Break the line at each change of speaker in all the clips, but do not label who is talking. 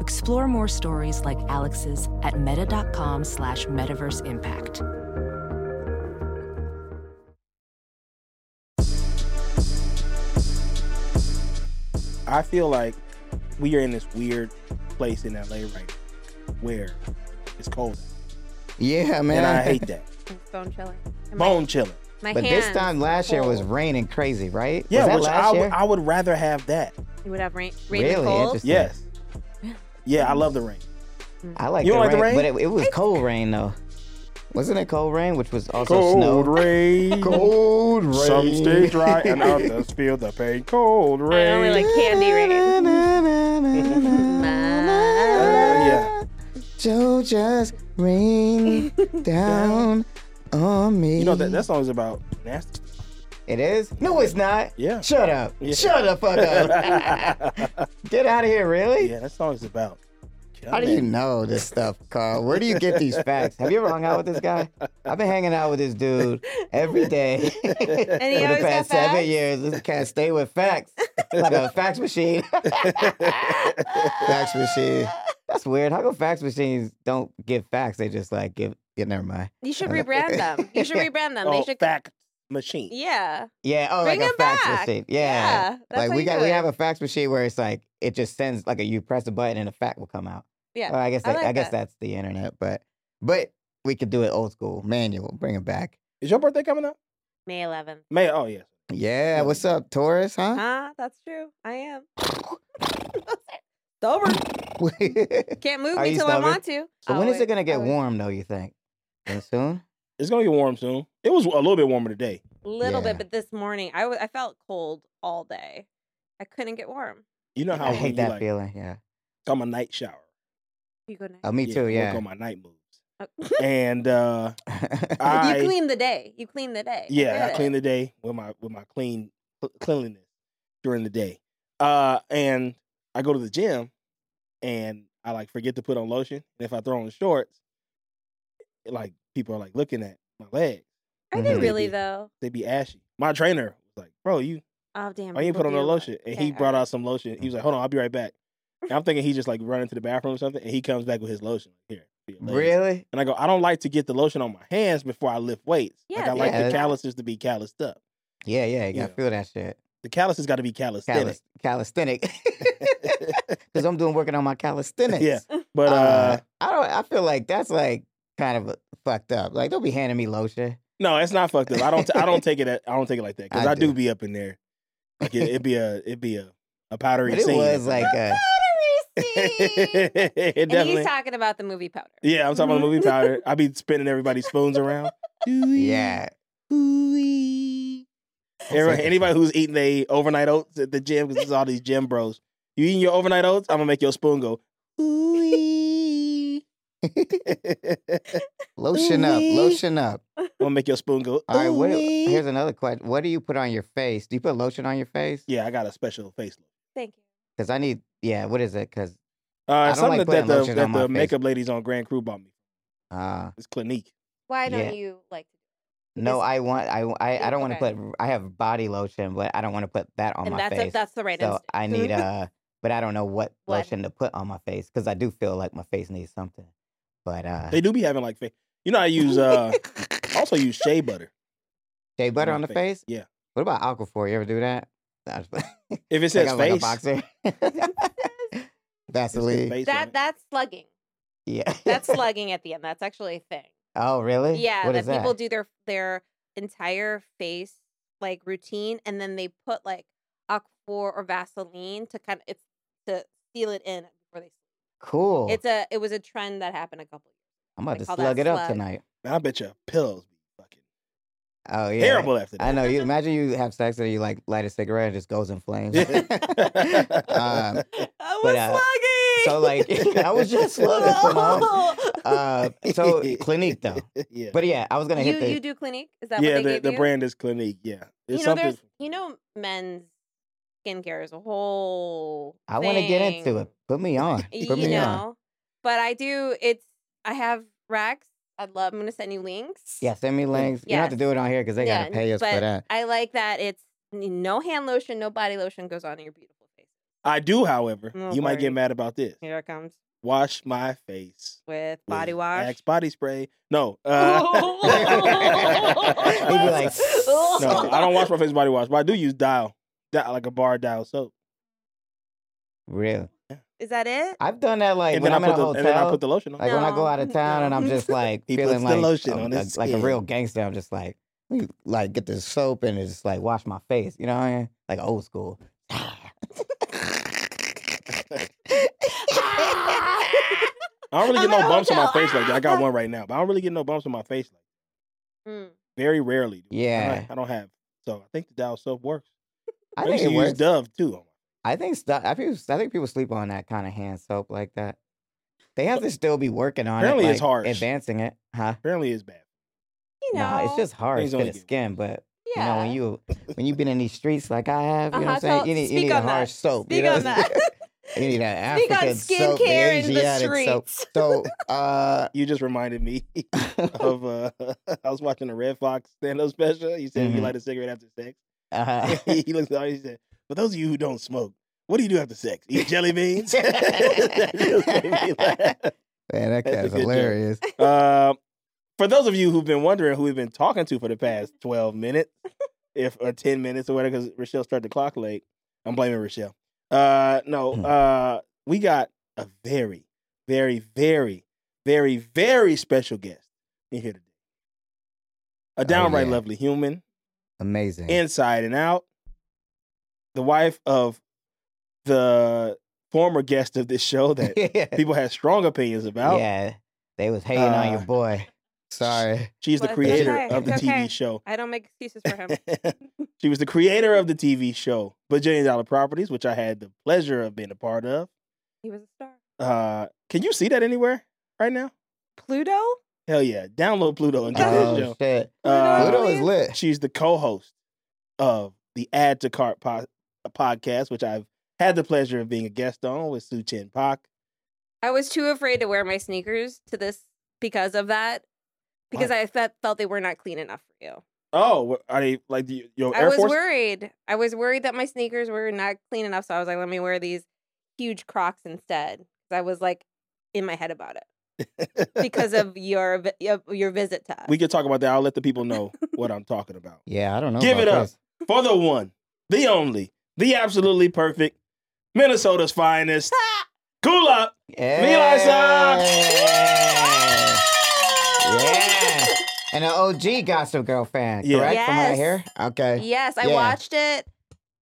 Explore more stories like Alex's at meta.com slash metaverse impact.
I feel like we are in this weird place in LA right now where it's cold.
Yeah, man.
And I hate that.
It's bone chilling. And
Bone chilling.
My, my
But this
hands
time last year was
cold.
raining crazy, right?
Yeah,
was that
which
last
I would
year?
I would rather have that.
You would have rain. rain and
really
cold.
interesting.
Yes. Yeah, I love the rain.
Mm-hmm.
I like,
You
the,
don't like the
rain,
rain?
but it, it was cold rain though. Wasn't it cold rain, which was also snow?
Cold rain.
Cold rain.
Some stay dry and others feel the pain. Cold
I only
rain.
like candy rain.
Uh, yeah.
Joe just rain down on me.
You know that that song is about nasty.
It is? No, it's not.
Yeah.
Shut up.
Yeah.
Shut the fuck up. Get out of here, really?
Yeah, that song is about. killing.
How do you know this stuff, Carl? Where do you get these facts? Have you ever hung out with this guy? I've been hanging out with this dude every day for the
And he always got
past seven
facts?
years. This can't stay with facts. It's like a fax machine. fax machine. That's weird. How come fax machines don't give facts? They just like give. Yeah, never mind.
You should rebrand them. You should rebrand them.
Oh,
they should.
fact machine.
Yeah.
Yeah. Oh,
Bring
like a
them
fax
back.
machine.
Yeah. that's
like
how
we
you
got
do
we
it.
have a fax machine where it's like it just sends like a you press a button and a fact will come out.
Yeah,
Well, I guess
I
that, I
like
guess
that.
that's the internet, but but we could do it old school, manual, bring it back.
Is your birthday coming up?
May 11th.
May. Oh yeah.
Yeah, what's up, Taurus? Huh?
Huh? That's true. I am. Sober.
so when
Can't move
Are
me
you
till I
stubborn?
want to.
is it gonna get
warm?
warm though? You think? Pretty soon?
It's gonna get warm soon. It was a little bit warmer today.
little
Yeah.
bit, but this morning I wa- I felt cold all day. I couldn't get warm.
You know how
I
when
hate
you,
that
like,
feeling. Yeah.
I'm a night shower.
You go next.
Oh, me too.
I Work
Yeah.
on my night moves.
Oh.
And uh
you
I
clean the day. You clean the day.
yeah, I
Get
clean
it.
the day with my with my clean cl- cleanliness during the day. Uh and I go to the gym and I like forget to put on lotion. And if I throw on the shorts, it, like people are like looking at my legs.
Are they
Mhm.
really
Maybe.
though?
They be ashy. My trainer was like, Bro, you
Oh damn.
I ain't
people
put on
do
no
look-
lotion. And he
Okay,
brought
alright.
out some lotion. He was like, Hold on, I'll be right back. And I'm thinking he just like run into the bathroom or something and he comes back with his lotion. Here. for your legs.
Really?
And I go, I don't like to get the lotion on my hands before I lift weights. like
Yeah,
I like
yeah.
the calluses to be calloused up.
Yeah, yeah. You gotta
Yeah.
feel that shit.
The calluses got to be
Calis-
calisthenic.
calisthenic. Because I'm doing working on my calisthenics.
Yeah. But uh,
Uh, I don't. I feel like that's like kind of uh, fucked up. Like don't be handing me lotion.
no, it's not fucked up. I don't. I I don't take it. at- I don't take it like that because
I
I, do
do.
be up in there. Like it, it'd be a it'd be a a powdery
But it
scene.
was like a,
Powdery scene.
it
and
definitely.
he's talking about the movie Powder.
yeah, I'm talking about the movie powder. I be spinning everybody's spoons around.
yeah.
Everybody, anybody who's eating they overnight oats at the gym because it's all these gym bros. You eating your overnight oats? I'm gonna make your spoon go. I'm
Lotion up,
Ooh-wee.
lotion up.
gonna make your spoon go.
All right, what,
"Ooh-wee."
here's another question. What do you put on your face? Do you put lotion on your face?
Yeah, I got a special face lotion.
Thank you.
Because I need, yeah, what is it? Because,
Uh,
don't
something
like
that
putting
the,
lotion
that
on my
the
face.
makeup ladies on Grand Crew bought me.
uh,
It's Clinique.
Why don't
Yeah.
you like?
no,
Because-
I want, I, I, I don't want to
Okay.
put, I have body lotion, but I don't want to put that on
and
my
that's
face.
A, that's the right.
so
instinct.
I need, uh, but I don't know what
What?
lotion to put on my face because I do feel like my face needs something. But, uh,
They do be having like face. You know, I use uh, I also use shea butter.
shea butter
my
on the face?
Yeah.
What about Aquaphor? You ever do that? Nah, just-
If it
Like
says
I'm
face,
Like a boxer.
it says
Vaseline.
face on
that
it.
that's slugging.
Yeah.
That's slugging at the end. That's actually a thing.
oh, really?
Yeah,
What
that
is that?
people do their their entire face like routine, and then they put like Aquaphor or Vaseline to kind of it's to seal it in before they. sleep.
Cool.
It's a it was a trend that happened a couple.
I'm about
they
to
call that
slug it up
slug.
tonight.
Man, I bet your pillows be fucking
Oh yeah.
terrible after
I
that.
know. You imagine you have sex and you like light a cigarette and it just goes in flames. um,
Years. I
But, was uh, so like I was just slugging some off. Uh, so Clinique though.
yeah.
But yeah, I was gonna hit
you
the
you do Clinique? Is that
yeah,
what they
the,
gave
the
you?
brand is Clinique. Yeah. It's
you know,
something
there's you know, men's skincare is a whole.
I want to get into
thing.
it. Put me on.
you
Put me on.
know. But I do. It's I have racks. I'd love. I'm gonna send you links.
Yeah, send me links. You don't have to
Yes.
do it on here because they gotta pay us
but
for that.
I like that. It's n- no hand lotion, no body lotion goes on your beautiful face.
I do, however,
Oh,
you might get
Lord.
mad about this.
Here it comes
Wash my face.
with body
with
wash.
Axe body spray. No. Uh,
He'd be like,
no, I don't wash my face with body wash, but I do use dial. Dial like a bar dial soap.
Real.
Is that it?
I've done that like
and
when
then
I'm
I
in
put
a
the and then I
hotel.
put the lotion on.
Like when I go
No,
out of town and I'm
no.
just like
He
feeling
puts the
like
lotion
a,
on
a-
his
like a
skin.
real gangster. I'm just like, let me, like get the soap and just like wash my face. You know what I mean? Like old school.
Ah.
Ah!
I don't really get
I'm in
no
a
bumps on my
hotel.
face like that. I got one right now, but I don't really get no bumps on my face. Like
Mm.
that. Very rarely. do. I don't-
yeah,
I don't have. So I think the dial soap works.
I
used
think
to
it
use
works.
Dove too.
I think stuff. I think I think people sleep on that kind of hand soap like that. They have to still be working on
Apparently
it.
it's
like,
harsh.
advancing it, huh?
Apparently it's bad.
You know,
Nah, it's just harsh
Things
for
only
the
get
skin, but you
yeah.
know when you when you've been in these streets like I have, you know what I'm
Uh-huh,
saying?
so
you need, you
speak
need a
on that.
harsh soap. you
Speak
know?
on that.
you need that
Speak
African
on
soap, the
skincare in the
Asiatic soap.
streets.
So, uh,
You just reminded me of uh I was watching a Red Fox stand up special. He said if you
Mhm.
light a cigarette after sex.
uh
he looks at me he said, For those of you who don't smoke, what do you do after sex? Eat jelly beans? That just made me laugh.
man, that
That's a
guy's
good joke.
hilarious.
Um, for those of you who've been wondering who we've been talking to for the past 12 minutes, if or 10 minutes or whatever, because Rochelle started the clock late, I'm blaming Rochelle. Uh, no,
Hmm.
uh, we got a very, very, very, very, very special guest in here today. A downright
Oh, yeah. Hmm.
lovely human,
Amazing.
inside and out. The wife of the former guest of this show that
yeah.
people had strong opinions about.
they was hating on your
Uh,
boy. Sorry.
She's the
Well, it's
creator
okay.
of the
It's okay.
TV show.
I don't make excuses for him.
she was the creator of the TV show Bajillion Dollar Properties, which I had the pleasure of being a part of.
he was a star.
Uh, can you see that anywhere right now?
Pluto?
Hell yeah. Download Pluto and join the
Oh
show.
shit.
Uh,
Pluto is lit.
She's the co-host of the Add to Cart po- podcast, which I've had the pleasure of being a guest on with Su Chin Pak.
I was too afraid to wear my sneakers to this because of that. Because I fe- felt they were not clean enough for you.
Oh, wh- are they like the, your
I
Oh, Air
was
Force?
worried. I was worried that my sneakers were not clean enough, so I was like, let me wear these huge Crocs instead. 'Cause I was like in my head about it because of your vi- of your visit to us.
we can talk about that. I'll let the people know what I'm talking about.
Yeah, I don't know.
Give it
about
up.
this.
For the one, the only, the absolutely perfect, Minnesota's finest. Cool up.
Yeah. Yeah. And an OG Gossip Girl fan,
Yeah.
correct? From right
Yes.
here? Okay.
yes, I
Yeah.
watched it.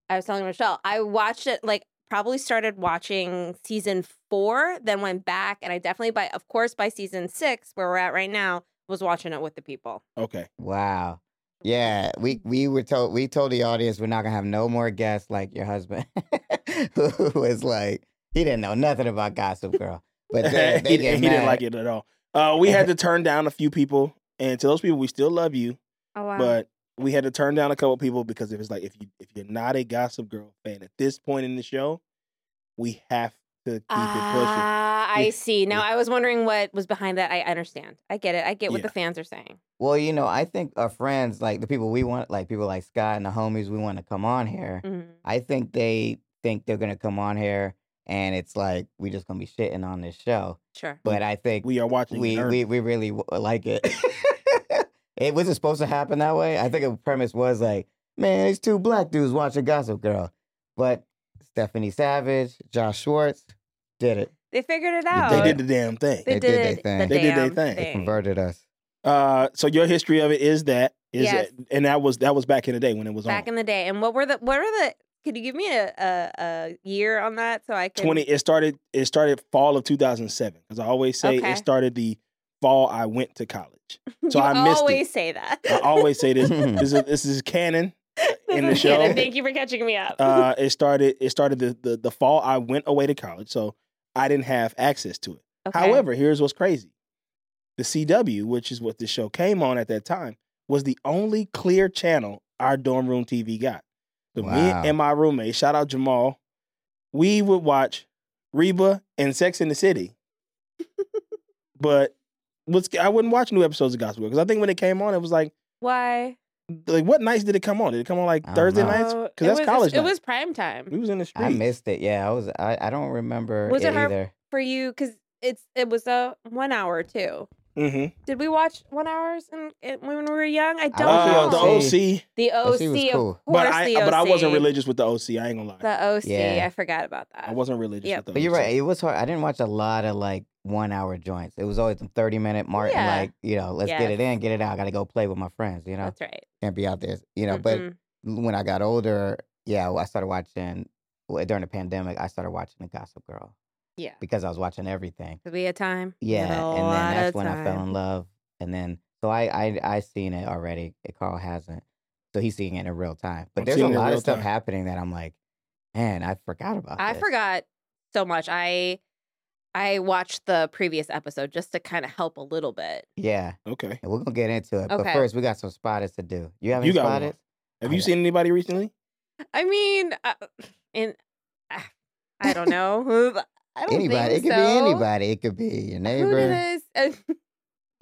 I was telling Michelle, I watched it like probably started watching season four, then went back, and I definitely by of course by season six, where we're at right now, was watching it with the people.
Okay.
Wow. Yeah, we we were told we told the audience we're not gonna have no more guests like your husband, who was like he didn't know nothing about Gossip Girl, but they, they
he,
get
he didn't
mad.
like it at all. Uh, we had to turn down a few people, and to those people, we still love you,
Oh wow.
but we had to turn down a couple people because it was like if you if you're not a Gossip Girl fan at this point in the show, we have to keep it
Ah,
Yeah.
I see. Now
Yeah.
I was wondering what was behind that. I understand. I get it. I get what
Yeah.
the fans are saying.
Well, you know, I think our friends, like the people we want, like people like Scott and the homies we want to come on here.
Mhm.
I think they think they're gonna come on here, and it's like we just gonna be shitting on this show.
Sure.
But I think
pushing. We are watching.
we
it earn
we, we really w- like it. it wasn't supposed to happen that way. I think the premise was like, man, these two black dudes watching Gossip Girl, but Stephanie Savage, Josh Schwartz did it.
They figured it
did
out.
They
Oh,
did the damn thing.
They
They did their
did
thing.
the
They
did their
damn
thing. They
They converted us.
Uh, so your history of it is that is
Yes.
that, and that was that was back in the day when it was
Back
on
in the day. And what were the what were the could you give me a a, a year on that so I can
twenty. It started it started fall of two thousand seven because I always say
Okay.
it started the fall I went to college. So
you
I missed it.
always say that.
I always say this. this is this is canon. in the
This is good,
show.
and Thank you for catching me up.
Uh, it started it started the, the the fall I went away to college, so I didn't have access to it.
Okay.
However, here's what's crazy. The CW, which is what this show came on at that time, was the only clear channel our dorm room TV got. So
Wow.
me and my roommate, shout out Jamal, we would watch Reba and Sex in the City. but what's I wouldn't watch new episodes of Gospel because I think when it came on, it was like
why?
like what nights did it come on? Did it come on like
I don't
Thursday
know.
nights?
Oh, it
Because that's
was-
college.
It
night.
was prime time
we was in the street.
I missed it. Yeah, I was. I, I don't remember
Was
it,
it her-
either.
for you because it's it was a one hour too.
hmm
Did we watch one hours in, in, when we were young? I don't
Uh,
know.
the OC,
The OC,
OC was
of
cool.
course.
but I
the OC.
but I wasn't religious with the OC. I ain't gonna lie.
The OC,
Yeah.
I forgot about that.
I wasn't religious
Yep.
with the
But you're
OC.
right. It was hard. I didn't watch a lot of like one hour joints. It was always the 30 minute mark. and,
Yeah.
Like, you know, let's
Yes.
get it in, get it out. I got to go play with my friends, you know?
That's right.
Can't be out there, you know? But
Mm-mm.
when I got older, yeah, I started watching well, during the pandemic, I started watching The Gossip Girl
yeah,
because I was watching everything.
'Cause we had time. We
Yeah.
had a
And then
lot
that's
of
when I fell
time.
in love. And then, so I, I, I seen it already. Carl hasn't. So he's seeing it in real time. But
I'm
there's a
seeing it in
lot
real
of stuff
time.
happening that I'm like, man, I forgot about
I
this.
forgot so much. I I watched the previous episode just to kind of help a little bit.
Yeah.
Okay.
And we're gonna get into it. But
Okay.
first, we got some spotters to do. You have
You
any
got one.
spotters?
Have
I
you
got-
seen anybody recently?
I mean, uh, in I, I don't know. I don't
Anybody? It
think
could
so.
be anybody. It could be your
Who
neighbor.
did this? Uh,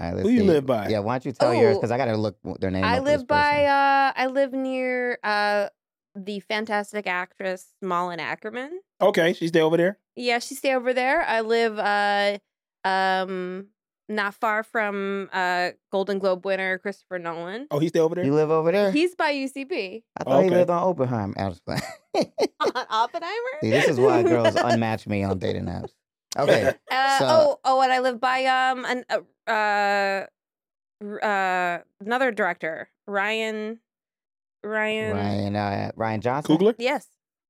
All right, let's
Who you
see.
live by?
Yeah, why don't you tell yours?
Oh.
Because I gotta look w- their name. up
I
for
live
this
by.
person.
uh I live near uh the fantastic actress Malin Ackerman.
Okay, she's there over there.
Yeah, she stay over there. I live uh um not far from uh Golden Globe winner Christopher Nolan.
Oh, he's there
uh,
over there.
You live over there?
He's by UCB.
I thought
Okay.
he lived on Oppenheim. I was playing.
On Oppenheimer.
See, this is why girls unmatch me on dating apps. Okay.
Uh,
So-
oh, oh, and I live by um an uh, uh r- uh another director, Ryan, Ryan.
Ryan uh, Ryan Johnson.
Kugler.
Yes,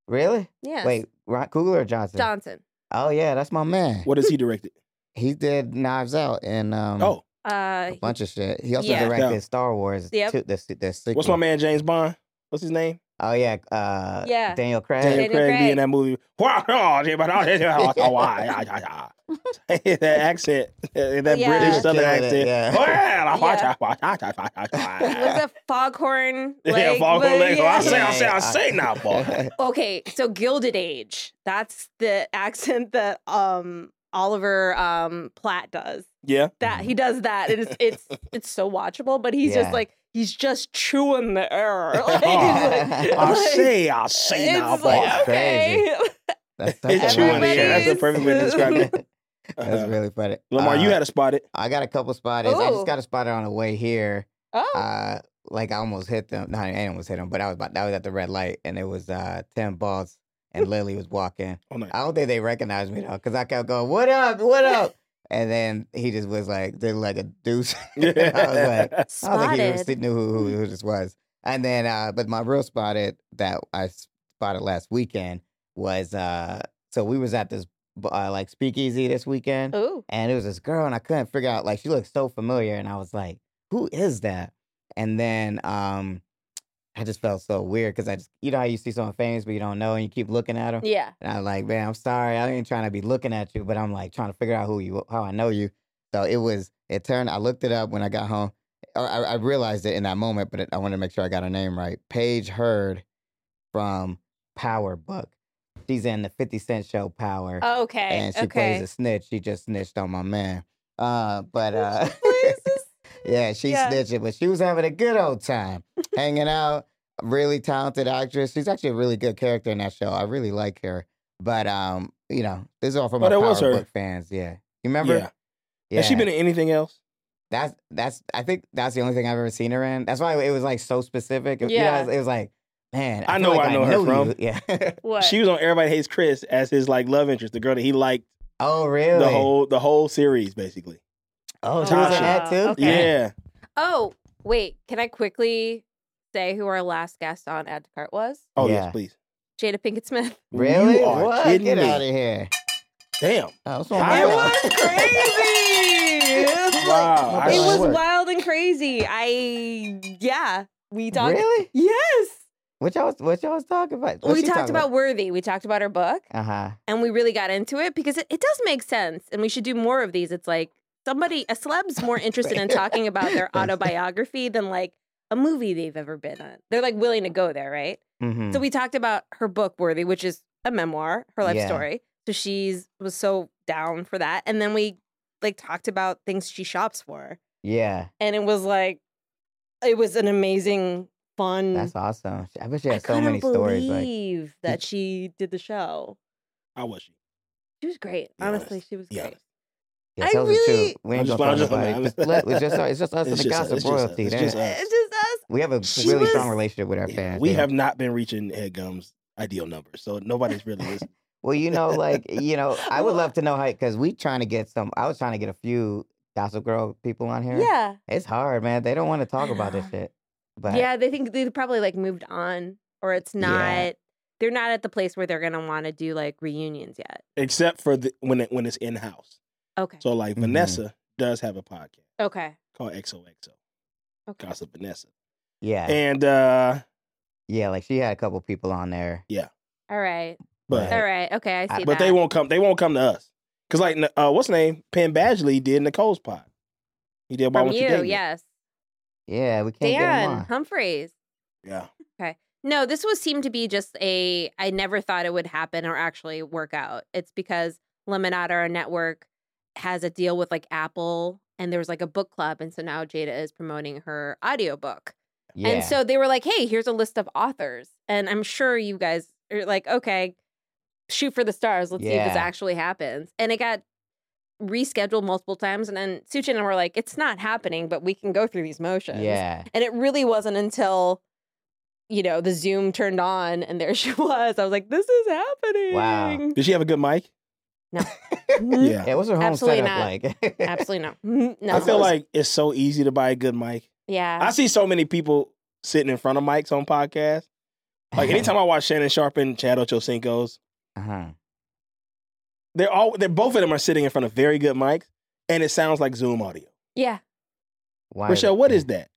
Really?
yes.
Wait, Ryan Kugler or Johnson?
Johnson.
Oh yeah, that's my man.
What has he directed?
He did Knives Out and um
oh,
Uh,
a bunch of shit. He also
Yeah.
directed
Yeah.
Star Wars.
Yep.
two- the, se- the
what's
sequel.
my man James Bond? What's his name?
Oh yeah, uh,
Yeah.
Daniel Craig.
Daniel
Daniel
Craig, be in
Craig.
that movie. Oh, that accent, that
Yeah.
British Southern
Killing it,
accent.
he was a foghorn.
Yeah,
leg,
Falcon
but
Lego. I
yeah.
say, I
Yeah,
say, I
I-
say now, boy.
Okay, so Gilded Age. That's the accent that um Oliver um Platt does.
Yeah,
That he does that. and It's it's it's so watchable, but he's
Yeah.
just like he's just chewing the air. Like, he's like-
Oh, I
like,
say, I say now,
it's
boy.
like,
Crazy.
okay.
That's
It's
such a
chewing the
funny
air. That's the
show.
perfect way to describe it.
That's really funny.
Lamar, you
Uh,
had a spot it.
I got a couple spotters. I
Ooh.
just got a spotter on the way here.
Oh,
Uh, like I almost hit them. No, I didn't almost hit them, but I was about. I was at the red light, and it was uh Tim Balls and Lily was walking.
Oh, no.
I don't think they recognized me though, because I kept going, "What up? What up?" And then he just was like, "They're like a deuce." And I was like, I don't think he
spotted.
really knew who, who, who this was. And then, uh, but my real spotted that I spotted last weekend was uh, so we was at this uh, like speakeasy this weekend,
Ooh.
and it was this girl, and I couldn't figure out like she looked so familiar, and I was like, who is that? And then um, I just felt so weird because I just you know how you see someone famous but you don't know, and you keep looking at them.
Yeah.
And I'm like, man, I'm sorry. I ain't trying to be looking at you, but I'm like trying to figure out who you, how I know you. So it was, it turned, I looked it up when I got home. Or I, I realized it in that moment, but it, I wanted to make sure I got her name right. Paige Heard from Power Book. She's in the 50 Cent show Power.
Okay.
and she
okay.
plays a snitch. She just snitched on my man. Uh, but uh,
Plays this-
yeah, she
Yeah.
snitching, but she was having a good old time hanging out. Really talented actress. She's actually a really good character in that show. I really like her. But um, you know, this is all for
Oh,
my
that
Power
was her.
Book fans. Yeah, you remember?
Yeah. Has she
Yeah.
been in anything else?
That's that's. I think that's the only thing I've ever seen her in. That's why it was like so specific. You know,
Yeah.
it was- it was like, man,
I
feel
know
like
where I know her
know you.
from.
Yeah,
what?
She was on Everybody Hates Chris as his like love interest, the girl that he liked
Oh, really?
The whole the whole series basically.
oh, she was
Tasha.
in that too.
Okay.
Yeah.
Oh, wait. Can I quickly say who our last guest on Add to Cart was?
Oh
Yeah.
yes, please.
Jada Pinkett Smith.
Really?
You are
what?
kidding
Get
me.
out of here!
Damn.
Oh, it's
I
my-
was
crazy.
Wow.
my
I
it
God.
was
swear.
wild and crazy. I yeah. We talked.
Really?
Yes.
What y'all? was- What y'all was talking about? What
we
she
talked
talking
about Worthy. We talked about her book,
Uh huh.
and we really got into it because it, it does make sense, and we should do more of these. It's like somebody a celeb's more interested in talking about their autobiography than like a movie they've ever been on. They're like willing to go there, right?
Mm-hmm.
So we talked about her book Worthy, which is a memoir, her life
Yeah.
story. So she's was so down for that. And then we like talked about things she shops for.
yeah,
And it was like it was an amazing fun
that's awesome. I bet she
Mm. I
had so
couldn't
many stories. Like,
believe that she did the show.
How was she?
She was great.
Be
Honest. Honestly,
honest.
she was
Be
great.
honest.
yeah,
I
tell us the
really-
truth. We
I'm
ain't
just-
gonna
I'm
tell
just- I'm
nobody.
just-
Just let- It's just it's just us and
It's
the
just us.
gossip
It's just us.
royalty.
It's
There-
just us.
It's just us.
We have a
She
really
was-
strong relationship with our
Yeah,
fans.
we
yeah.
have not been reaching Headgum's ideal numbers, so nobody's really listening.
Well, you know, like you know, I would
Well-
love to know how because we trying to get some. I was trying to get a few Gossip Girl people on here.
Yeah.
it's hard, man. They don't want to talk
I
about this
know.
shit. But
yeah, they think they probably like moved on or it's not
Yeah.
they're not at the place where they're gonna wanna do like reunions yet.
Except for the, when it, when it's in house.
Okay.
So like
Mhm.
Vanessa does have a podcast
okay.
called XOXO
Okay.
Gossip Vanessa,
yeah,
and uh
yeah, like she had a couple people on there.
All right.
but
All right. Okay, I see
I-
that.
but they won't come they won't come to us because like uh what's his name Penn Badgley did Nicole's pod. He did Why
from
Won't You
you,
Date Me?
yes.
Yeah, we can't get 'em
Dan
on.
Humphreys.
yeah.
No, this was seemed to be just a I never thought it would happen or actually work out. It's because Lemonade, our network, has a deal with like Apple and there was like a book club and so now Jada is promoting her audiobook.
Yeah.
And so they were like, "Hey, here's a list of authors." And I'm sure you guys are like, "Okay, shoot for the stars. Let's see if this
Yeah.
actually happens." And it got rescheduled multiple times and then Suchin and were like, "It's not happening, but we can go through these motions."
yeah,
And it really wasn't until, you know, the Zoom turned on and there she was. I was like, this is happening.
Did she have a good mic?
Mm,
Yeah.
yeah. What's her home
Absolutely
setup
not.
like?
Absolutely not. Mm, No.
I feel like it's so easy to buy a good mic. I
yeah.
see so many people sitting in front of mics on podcasts. Like anytime I watch Shannon Sharp and Chad Ochocinco's,
uh-huh.
they're all they're both of them are sitting in front of very good mics, and it sounds like Zoom audio.
Yeah.
Why
Rochelle, what is that?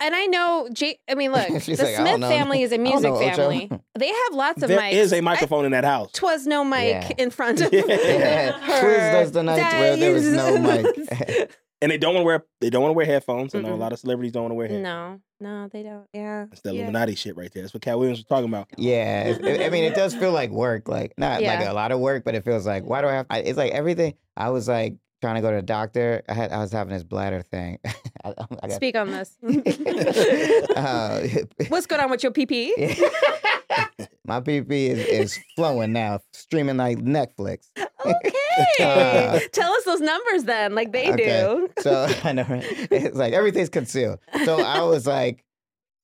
And I know, J- I mean, look, the
She's
Smith
like, I don't know.
family is a
don't
music
know, Ocho.
family. They have lots of
There is
mics.
a microphone in that house.
I- Twas no mic
Yeah.
in front of
Yeah.
Yeah.
her.
Twas the night where there was no mic.
and they don't want to wear they don't want to wear headphones. I know
Mm-mm.
a lot of celebrities don't want to wear headphones.
no, no, they don't. Yeah.
It's the
Yeah.
Illuminati shit right there. That's what Cat Williams was talking about.
yeah, it's- I I mean, it does feel like work. Like not like
Yeah.
a lot of work, but it feels like why do I have? I, it's like everything. I was like trying to go to the doctor. I had I was having this bladder thing. I, I got-
Speak on this.
Uh,
What's going on with your PP?
my PP is, is flowing now, streaming like Netflix. Uh,
Okay. Tell us those numbers then, like they
Okay.
do.
So I know right? it's like everything's concealed. So I was like,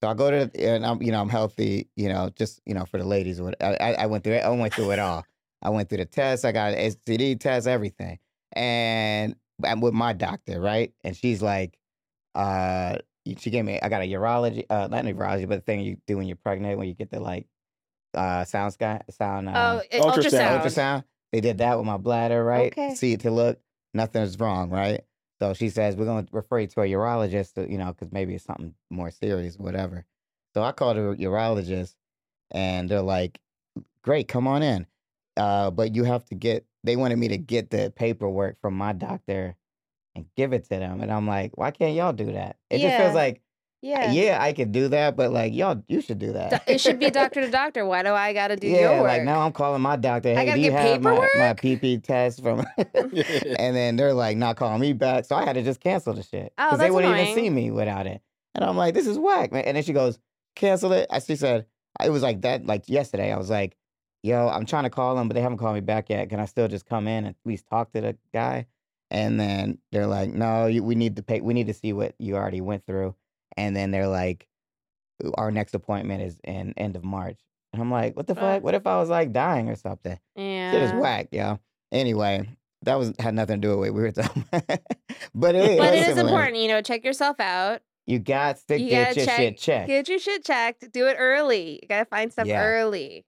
so I go to and I'm you know I'm healthy, you know, just you know for the ladies. or What I, I I went through it, I went through it all. I went through the test. I got an STD test, everything, and I'm with my doctor, right? And she's like, uh, she gave me I got a urology, uh, not a urology, but the thing you do when you're pregnant when you get the like, uh, sound sky sound. Uh,
Oh, it-
ultrasound.
ultrasound.
ultrasound. They did that with my bladder, right?
Okay.
See it to look, nothing's wrong, right? So she says, we're going to refer you to a urologist, to, you know, because maybe it's something more serious, whatever. So I called a urologist and they're like, great, come on in. Uh, but you have to get, they wanted me to get the paperwork from my doctor and give it to them. And I'm like, why can't y'all do that? It just
Yeah.
feels like, yeah.
Yeah.
I could do that, but like, y'all, you should do that.
Do- It should be doctor to doctor. Why do I got to do
yeah,
your work?
like now I'm calling my doctor. Hey,
gotta
do you
get
have my, my
paperwork?"
PP test from? and then they're like not calling me back, so I had to just cancel the shit
Oh,
they
that's
wouldn't even
annoying.
see me without it. And I'm like, this is whack, man. And then she goes, cancel it. I she said it was like that. Like yesterday, I was like, yo, I'm trying to call them, but they haven't called me back yet. Can I still just come in and at least talk to the guy? And then they're like, no, you, we need to pay. We need to see what you already went through. And then they're like, our next appointment is in end of March. And I'm like, what the
Fuck.
fuck? What if I was like dying or something?
yeah.
Shit is whack, yo. Anyway, That was had nothing to do with what we were talking about. but it, was
But it is
similar.
important, you know, check yourself out.
You got to
You
get
gotta
your
check-
shit checked.
Get your shit checked. Do it early. You gotta find stuff
Yeah.
early.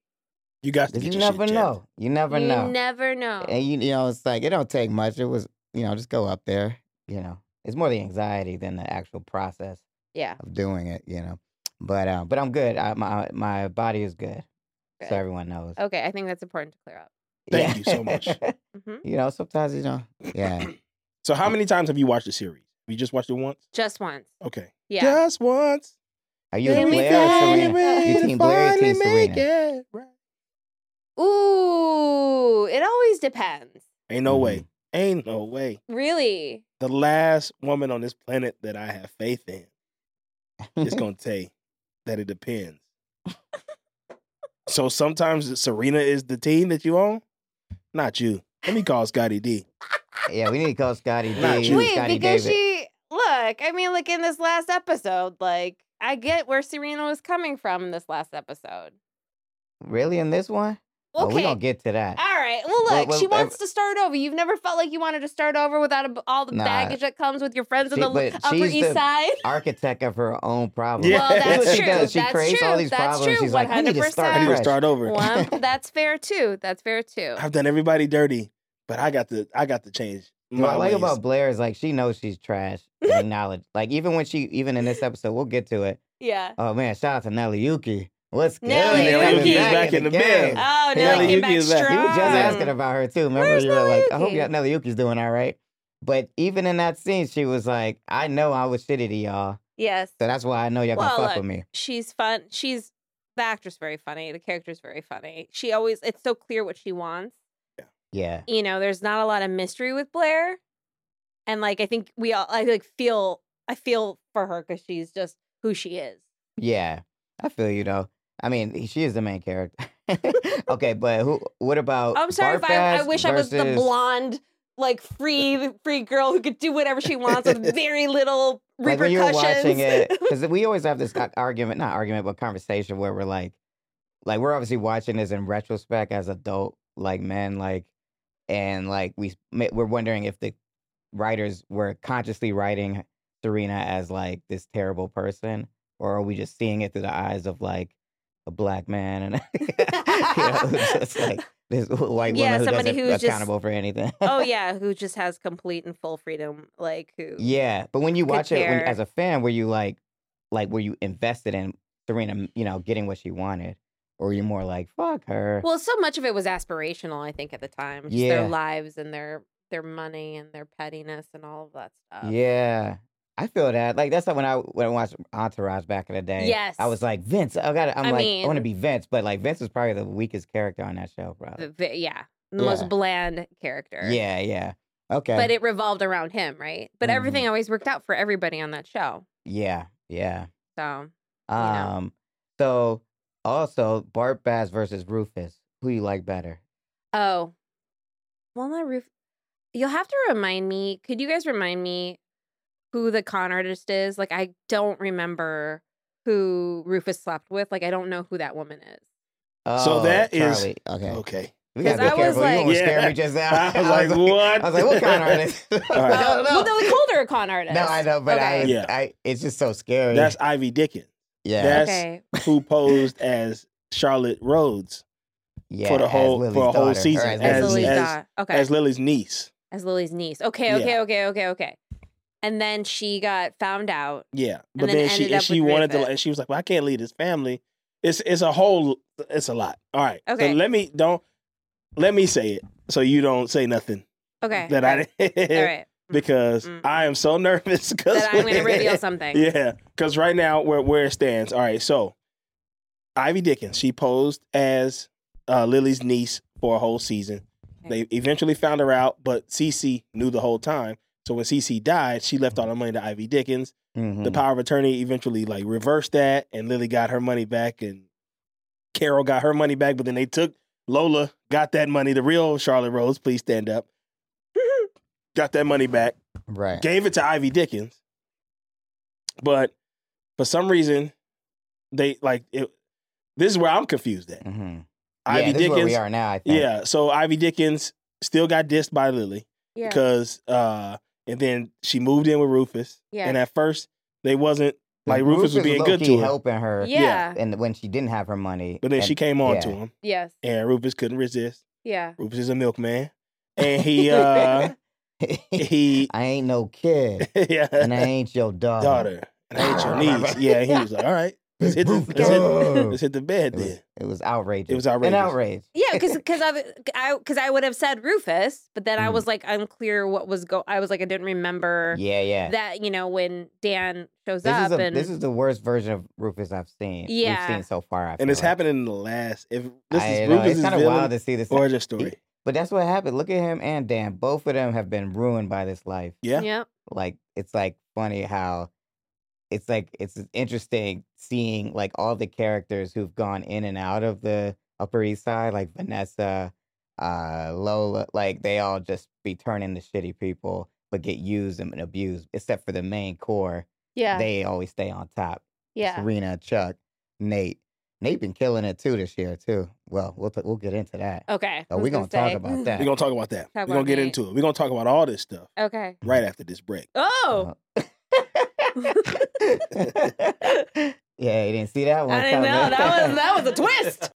You got to
you
get your
never
shit
know. You never
you
know.
never know.
And you, you know, it's like it don't take much. It was, you know, just go up there. You know, it's more the anxiety than the actual process
yeah.
of doing it. You know, but uh, but I'm good. I, my my body is good,
Good. Oh.
so everyone knows.
Okay, I think that's important to clear up.
Thank you so much.
hmm
you know, sometimes you know, yeah.
So how many times have you watched the series? You just watched it once?
Just once.
Okay.
Yeah.
Just once.
Are you
Can
a
we
Blair or
find a
Serena?
way
You team Blair, or team
finally make
Serena.
it right?
Ooh, it always depends.
Ain't no
Mhm.
way. Ain't no way.
Really?
The last woman on this planet that I have faith in is gonna say that it depends. so sometimes Serena is the team that you own, not you. Let me call Scotty D.
Yeah, we need to call Scotty D.
Not you.
Wait,
Scotty
because
David.
she look, I mean, like in this last episode, like I get where Serena was coming from in this last episode.
really in this one. Oh, we
Okay.
gonna get to that.
all right. Well, look,
Well, well, uh,
she
ev-
wants to start over. You've never felt like you wanted to start over without a, all the
Nah.
baggage that comes with your friends on
She-
the
but
Upper
she's
East
the-
Side.
Architect of her own problem.
Yeah.
Well, that's
what she
true.
does. She
that's
creates
true.
all these
that's
problems.
True.
She's like, we need to start
I need to
fresh.
start over.
One, that's fair too. That's fair too.
I've done everybody dirty, but I got to I got to change.
What
My
I like
ways.
about Blair is like she knows she's trash and acknowledge. Like even when she, even in this episode, we'll get to it.
Yeah.
Oh man, shout out to Nelly Yuki. What's good?
Nelly
He's coming
Yuki.
Back in the
game.
bed.
Oh,
Yeah.
Nelly came
Yuki
back
is back.
strong.
He was just
Strong.
asking about her too. Remember,
Where's
you were like, I hope
Nelly Yuki?
y'all- Nelly Yuki's doing all right. But even in that scene, she was like, I know I was shitty to y'all,
Yes.
so that's why I know y'all gonna
Well,
fuck
look,
with me.
She's fun. She's the actress very funny. The character's very funny. She always it's so clear what she wants.
Yeah,
You know, there's not a lot of mystery with Blair. And like I think we all I like feel I feel for her because she's just who she is.
yeah. I feel you though. I mean, she is the main character. okay, but who? What about?
I'm sorry if I, I
Barfast
wish I was the
versus-
blonde, like free free girl who could do whatever she wants with very little
like when
repercussions.
you were watching it because we always have this ar- argument not argument but conversation where we're like like we're obviously watching this in retrospect as adult like men like and like we ma- we're wondering if the writers were consciously writing serena as like this terrible person or are we just seeing it through the eyes of like a black man and you know, just like this white
Yeah,
woman who
somebody
doesn't
who's just-
accountable for anything
oh yeah, who just has complete and full freedom, like who
Yeah, but when you
could
watch it when,
care.
as a fan, were you like, like, were you invested in Serena, you know, getting what she wanted, or were you more like, fuck her?
Well, so much of it was aspirational, I think, at the time. Just
Yeah.
their lives and their their money and their pettiness and all of that stuff.
yeah, I feel that. Like that's like when I when I watched Entourage back in the day.
Yes.
I was like Vince. I got. I'm
I
like, I want to be
mean-
Vince, but like Vince was probably the weakest character on that show, probably.
The, the- yeah. The
Yeah.
most bland character.
Yeah, yeah. Mm-hmm. Okay.
But it revolved around him, right? But everything always worked out for everybody on that show.
yeah, yeah.
So
Um.
know.
So also Bart Bass versus Rufus. Who you like better?
oh. Well not roof you'll have to remind me. Could you guys remind me who the con artist is? Like I don't remember who Rufus slept with. Like I don't know who that woman is.
So that is-
Oh, Charlie. okay.
Okay.
We
'Cause
gotta be
I was
careful. you
like-
almost
Yeah,
scared
that-
me just now.
I was like, what?
I was like, what kind of artist?
right.
I
Oh,
don't know.
Well, no, they called her a con artist.
No, I know, but I,
Okay.
Yeah.
I, it's just so scary.
That's Ivy Dickens,
yeah,
that's-
Okay.
who posed as Charlotte Rhodes
yeah.
for the
as
whole-
Lily's
for a whole
daughter, or
season,
as
As,
Lily's
Lily's
niece.
as-
daughter. Okay.
as
As,
Lily's niece.
Lily's niece. Okay, okay, okay, okay, okay. And then she got found out.
Yeah, but
then
then, she
ended
and
up
she
with
wanted to,
Rufus.
and she was like, "Well, I can't leave this family." It's it's a whole, it's a lot. All right,
Okay.
So let me don't let me say it so you don't say nothing
Okay.
that
all right.
I didn't
All right.
because
Mm.
I am so nervous because
That I'm going to reveal something.
Yeah, because right now where where it stands. All right, so Ivy Dickens she posed as uh, Lily's niece for a whole season. They eventually found her out, but Cece knew the whole time. So when Cece died, she left all her money to Ivy Dickens.
Mm-hmm.
Mhm.
The power of attorney eventually like reversed that, and Lily got her money back, and Carol got her money back. But then they took Lola, got that money. The real Charlotte Rose, please stand up. got that money back
Mm-hmm. right.
gave it to Ivy Dickens, but for some reason, they like it. This is where I'm confused at.
Mhm. Yeah,
Ivy
this is where we
Dickens,
are now. I think.
yeah. So Ivy Dickens still got dissed by Lily
Yeah.
because uh and then she moved in with Rufus.
Yeah.
And at first they wasn't like Rufus, was being good
low-key
to her.
helping her.
yeah. Yeah.
And when she didn't have her money,
But then
and-
she came on
yeah.
to him
Yes.
and Rufus couldn't resist.
Yeah.
Rufus is a milkman. And he uh he
I ain't no kid,
yeah,
and uh, I ain't your daughter.
daughter. And I hate your knees. Yeah, he was like, All right, let's hit the let's hit, let's
it,
hit the bed
was,
then.
it was outrageous.
It was
An
outrageous.
outrage.
Yeah, because because I because I would have said Rufus, but then I
Mm.
was like unclear what was go. I was like I didn't remember
Yeah, yeah.
that you know when Dan shows
this
up
is a,
and
this is the worst version of Rufus I've seen.
Yeah.
we've seen so far. I
And it's
feel like.
happening in the last if this
I
is
know,
Rufus'
it's kind of wild
villain
to see this,
origin story.
but that's what happened. Look at him and Dan. Both of them have been ruined by this life.
Yeah.
yeah
like it's like funny how it's like it's interesting seeing like all the characters who've gone in and out of the upper east side like vanessa uh lola like they all just be turning to shitty people but get used and abused except for the main core
yeah
they always stay on top
yeah
serena chuck nate nate been killing it too this year too well we'll t- we'll get into that
okay. I
oh
was
we're gonna, talk
say.
about that
We're gonna talk about that.
Talk
We're gonna
about
get
Nate.
into it. We're gonna talk about all this stuff
Okay.
right after this break.
Uh-huh.
Oh,
yeah, you didn't see that one.
I didn't know
coming.
that was that was a twist.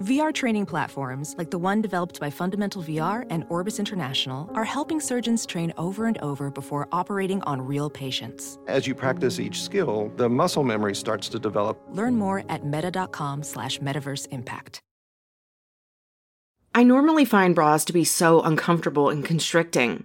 VR training platforms, like the one developed by Fundamental VR and Orbis International, are helping surgeons train over and over before operating on real patients.
As you practice each skill, the muscle memory starts to develop.
Learn more at meta.com slash metaverse impact.
I normally find bras to be so uncomfortable and constricting,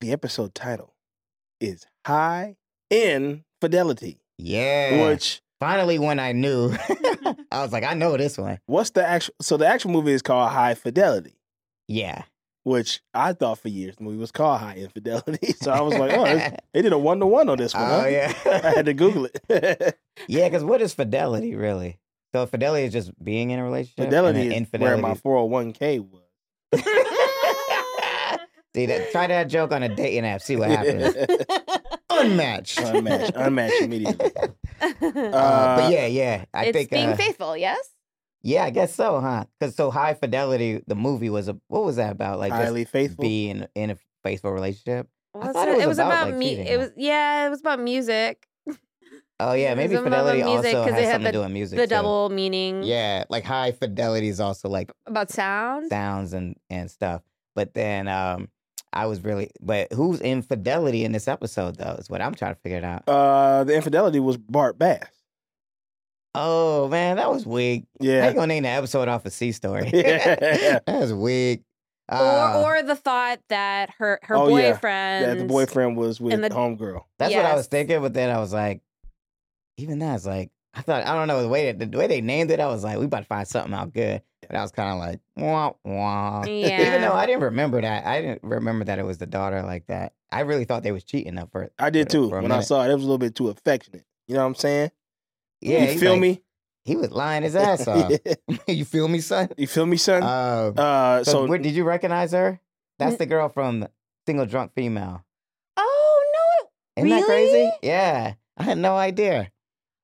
The episode title is High in Fidelity,
yeah.
which
Finally, when I knew, I was like, I know this one.
what's the actual? So the actual movie is called High Fidelity,
Yeah.
which I thought for years the movie was called High Infidelity. So I was like, oh, it's- they did a one to one on this one.
Oh,
huh?
yeah.
I had to Google it.
yeah, because what is fidelity really? So fidelity is just being in a relationship. and
fidelity
then
is where
infidelity.
my four hundred one k was.
See that? Try that joke on a dating app. See what happens. unmatched.
Unmatched. Unmatched immediately.
Uh,
Uh,
but yeah, yeah. I
it's
think
being
uh,
faithful. Yes.
Yeah, I guess so, huh? Because so high fidelity, the movie was a what was that about? Like
highly
just
faithful.
being in a faithful relationship.
Well,
thought
so-
it was about,
about,
like,
mu-
cheating.
It was yeah. It was about music.
Oh yeah, maybe
Some of
fidelity
them music,
also
'cause
has
they had
something
the-
to do with music.
the
too.
double meaning.
Yeah, like high fidelity is also like
About sound.
sounds and and stuff. But then um I was really but who's infidelity in this episode though is what I'm trying to figure it out.
Uh, the infidelity was Bart Bass.
Oh man, that was weak. How you
Yeah,
gonna name the episode off a C story?
Yeah.
that was weak. Uh,
or or the thought that her her
Oh, yeah.
boyfriend.
yeah. The boyfriend was with
and the-
homegirl.
That's what I was
Yes.
thinking, but then I was like, even that, I was like, I thought, I don't know, the way that, the way they named it, I was like, we about to find something out good. But I was kind of like, wah, wah.
Yeah.
Even though I didn't remember that, I didn't remember that it was the daughter like that. I really thought they was cheating up for
I did
for-
too.
for a
When I
minute.
saw it, it was a little bit too affectionate. You know what I'm saying?
Yeah,
you
he's
feel
like-
me?
He was lying his ass off. you feel me, son?
You feel me, son? Uh,
Uh, so,
so
where- did you recognize her? That's the girl from Single Drunk Female.
oh no!
Isn't that crazy?
Really?
Yeah, I had no idea.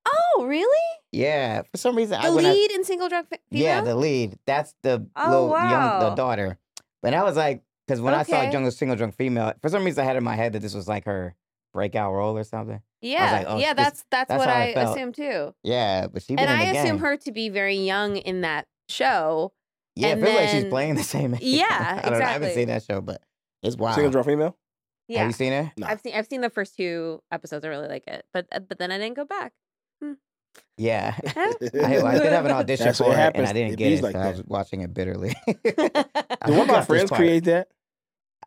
Oh really?
Yeah, for some reason, I
The
when I-
lead in single drunk Fe- female.
Yeah, the lead. That's the
Oh,
little young
wow.
the daughter. But I was like, because when I saw
Okay.
Jungle Single Drunk Female, for some reason I had in my head that this was like her breakout role or something.
yeah,
like, oh,
yeah.
this-
That's that's,
that's
what
how
I
it felt.
assume too.
Yeah, but she been
And
in
I
the
assume
game.
her to be very young in that show.
Yeah, it
and
feels like she's
then-
playing the same. age.
Yeah,
I don't know. I haven't
exactly.
seen that show, but It's wild.
Single draw female?
Yeah,
Have you seen her?
No.
I've seen I've seen the first two episodes. I really like it, but uh, but then I didn't go back. Eh?
Yeah.
Huh?
I, had- I did have an audition
That's
for
what
it, and
happens.
I
It
didn't get
bees
it.
like
so I
that.
was watching it bitterly. I
Do one of
forgot
my
this
friends
part.
create that?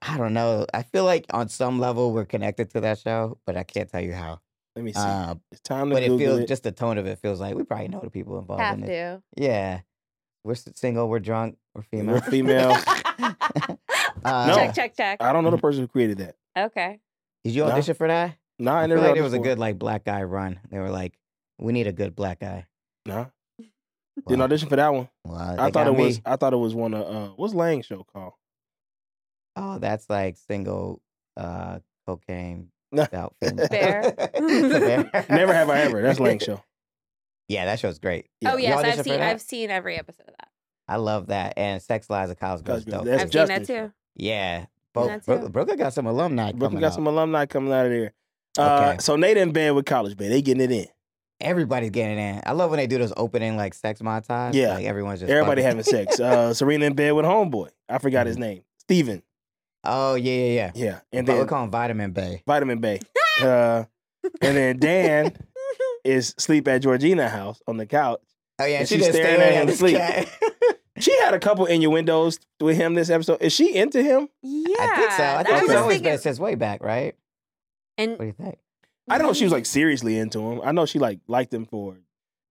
I don't know. I feel like on some level we're connected to that show, but I can't tell you how.
Let me see.
Uh,
it's time to
but it
Google
feels
it.
just the tone of it feels like we probably know the people involved
Have
in it.
to.
Yeah, we're s- single, we're drunk, we're female.
We're female.
Uh,
No.
check check check.
I don't know the person who created that.
Okay.
Did you
No.
audition for that?
Nah, I,
I
never
feel like
heard
there was a
before.
good like black guy run. They were like, we need a good black guy.
Nah. Didn't
Wow.
audition for that one.
Wow,
I
they
thought
got
it was
me.
I thought it was one of uh what's Lang's show called?
Oh, that's like single uh cocaine
No.
out film.
Bear.
Never have I ever. That's Lang's show.
Yeah, that show's great.
Yeah.
Oh
You
yes,
auditioned for
I've seen
that?
I've seen every episode of that.
I love that. And Sex Lies of College Girls. is
College Girls,
Dope.
that's
too.
I've
just-
seen that
Justin's show.
too.
yeah.
that
Bo-
too.
Bro- Brooklyn got some alumni
Brooklyn
coming
got
out.
some alumni coming out of there. Uh,
Okay.
so Nate in bed with college bed. They getting it in.
Everybody's getting in. I love when they do those opening like sex montage.
Yeah.
Like everyone's just
Everybody
fucking.
having sex. Uh, Serena in bed with homeboy. I forgot
Mm-hmm.
his name. Steven.
Oh yeah, yeah, yeah.
Yeah. And
And we
then
call him Vitamin Bay.
Vitamin Bay. Uh, and then Dan is sleep at Georgina house on the couch.
Oh yeah,
And
she
she's
just
staring
staring
at
at
him
him
to sleep. She had a couple innuendos with him this episode. Is she into him?
Yeah.
I think so. I
that-
think she's
was
always been since way back, right? What do
And
you think?
I don't know if she was like seriously into him. I know she like liked him for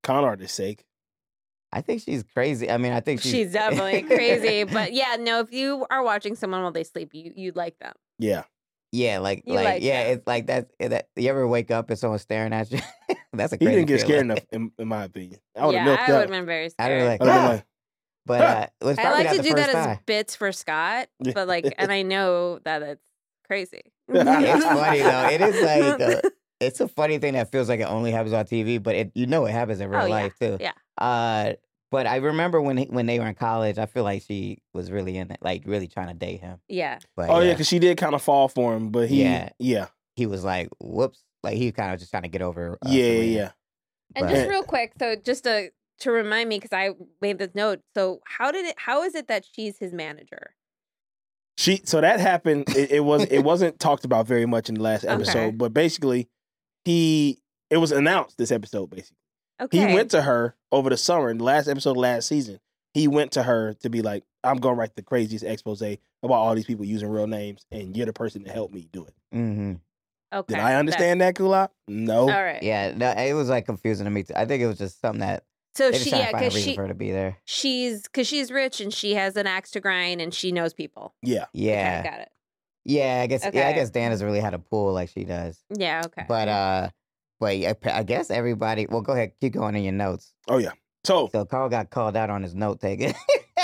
con artist's sake.
I think she's crazy. I mean, I think she's,
she's definitely crazy. But yeah, no, if you are watching someone while they sleep, you you like them.
Yeah.
yeah, like,
You
like,
like
yeah,
that.
it's like that. That you ever wake up and someone's staring at you? That's a
He
crazy
didn't get scared
feeling.
enough, in, in my opinion. I would
yeah,
have milked
I would
that.
have been very
I
scared.
don't like,
I would've been like,
but uh, it was
I
probably
like
not
to
the
do
first
that as
time.
bits for Scott,
Yeah.
but like, and I know that it's crazy.
It's
funny, though. It is like, uh, It's a funny thing that feels like it only happens on TV, but it you know it happens in real
Oh, yeah,
life too.
yeah.
Uh, but I remember when he- when they were in college, I feel like she was really in it, like really trying to date him.
yeah,
But
oh yeah, because she did kind of fall for him, but he, yeah,
Yeah.
yeah,
he was like, "Whoops!" Like he kind of just trying to get over. Uh,
yeah, yeah,
Serena.
and
But-
just real quick, so just to to remind me because I made this note. So how did it? How is it that she's his manager?
She. So that happened. It, it was. It wasn't talked about very much in the last episode,
Okay.
but basically, he. It was announced this episode. Basically,
Okay,
he went to her over the summer in the last episode of last season. He went to her to be like, "I'm gonna write the craziest expose about all these people using real names, and you're the person to help me do it."
hmm
okay.
Did I understand that, Kulop? No.
That, all right.
Yeah, no, it was like confusing to me. Too. I think it was just something that
So
they just
she,
trying
yeah,
to find a
because
reason
she
for her to be there.
she's because she's rich and she has an axe to grind and she knows people.
Yeah.
Okay,
Yeah,
got it.
yeah. I guess yeah, I
Okay.
guess Dan doesn't really had a pool like she does.
Yeah. Okay.
But uh, but yeah, I guess everybody. Well, go ahead, keep going in your notes.
Oh yeah. So
So Carl got called out on his note taking.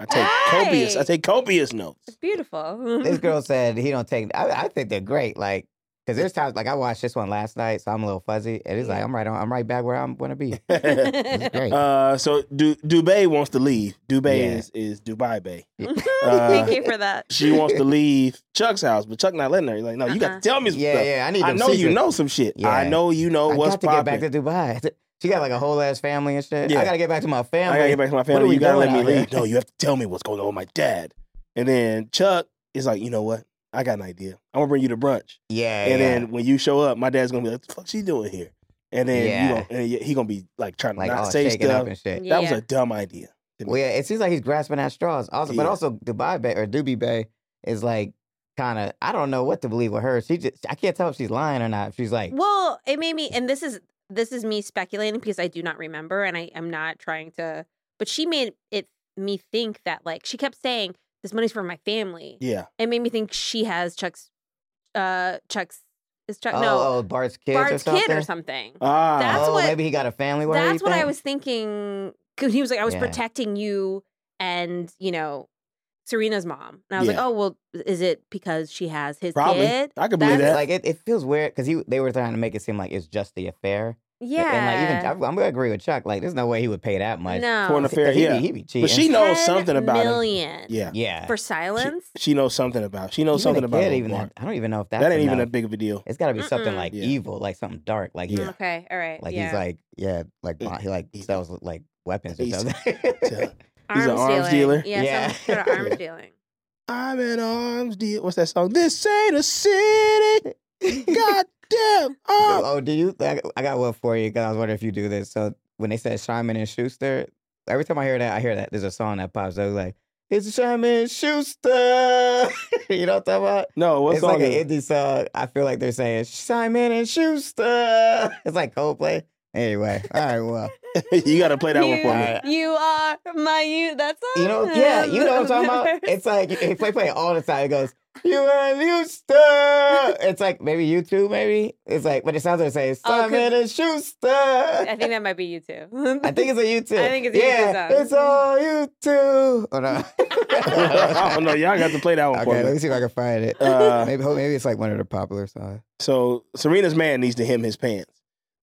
I take copious. I
Hey.
take copious notes.
It's beautiful.
this girl said he don't take. I, I think they're great. Like, cause there's times like I watched this one last night, so I'm a little fuzzy, and it's like
Yeah.
I'm right on. I'm right back where I'm gonna be. It's great.
Uh, so du- Dubay wants to leave. Dubay
Yeah.
is is Dubai Bay. Uh,
Uh,
Thank you for that.
She wants to leave Chuck's house, but Chuck not letting her. He's like, no, you got
Uh-uh.
to tell me. Some
yeah,
stuff.
yeah. I need.
I
them
know you
secrets.
know some shit.
Yeah.
I know you know
I
what's
got to get
popping.
back to Dubai. She got like a whole ass family and shit.
Yeah.
I gotta get back to my
I gotta
family.
get back to my
What are
family.
we
You gotta let
doing
me
out here?
leave. No, you have to tell me what's going on with my dad. And then Chuck is like, you know what? I got an idea. I'm gonna bring you to brunch.
yeah,
And
yeah.
then when you show up, my dad's gonna be like, "What the fuck she doing here?" And then
Yeah.
you gonna, and he gonna be like trying to
like
not
all
say
shaking up
stuff.
and shit.
That was a dumb idea. to me.
Well, yeah, it seems like he's grasping at straws. Also, but
Yeah.
also Dubai Bay or Doobie Bay is like kind of I don't know what to believe with her. She just I can't tell if she's lying or not. If she's like,
Well, it made me, and this is this is me speculating because I do not remember, and I am not trying to. But she made it me think that like she kept saying this money's for my family.
Yeah,
It made me think she has Chuck's, uh, Chuck's is Chuck
oh,
no
oh, Bart's kids or
Bart's
something.
kid or something.
ah,
That's
oh,
what-
maybe he got a family. Where
That's what I was thinking. 'Cause he was like, I was
Yeah.
protecting you and, you know, Serena's mom. And I was like,
Yeah.
oh, well, is it because she has his
Probably.
kid?
I could believe that.
Like it, it feels weird because he they were trying to make it seem like it's just the affair.
Yeah.
and like even I, I'm gonna agree with Chuck. Like there's no way he would pay that much.
no.
for an affair.
'Cause he be-
Yeah,
he be cheating.
but she knows
10
something about him.
million
Yeah,
yeah,
For
She-
silence?
She, knows something about. She knows
Even
something
a
about.
kid,
Lil
even
Mark.
that, I don't even know if that's
that ain't even
enough.
that big of a deal.
It's got to be something
Mm-mm.
like
Yeah.
evil, like something dark, like
Yeah.
Okay. All right.
Like
yeah.
he's like, yeah, like
Yeah.
bo- he like
He's-
sells like weapons or
he's-
something.
he's an arms
dealing.
dealer.
Yeah.
Yeah.
Some sort of arms dealing.
I'm an arms deal. What's that song? This ain't a city. God damn.
Oh,
Oh.
do you? I I got one for you because I was wondering if you do this. So when they said Shyman and Schuster, every time I hear that, I hear that there's a song that pops. I was like, "It's Shyman and Schuster." you know what I'm talking about?
No, what
it's
song
like
is it?
an indie song. I feel like they're saying Simon and Schuster. It's like Coldplay. Anyway, all right, well,
you got to play that one
You-
for me.
Alright.
You are my you. That's
you know, yeah, you know what I'm talking about. It's like they play play it all the time. It goes, you are Schuster. It's like maybe you too, maybe. It's like, but it sounds like saying
Oh, 'cause-
Simon and Schuster.
I think that might be you too.
I think it's a you too.
I think it's a you too
yeah,
song.
it's all you too. Oh no.
I don't know. Oh, Y'all got to play that one
Okay,
for
let me
me.
see if I can find it.
Uh,
maybe, maybe it's like one of the popular songs.
So Serena's man needs to hem his pants.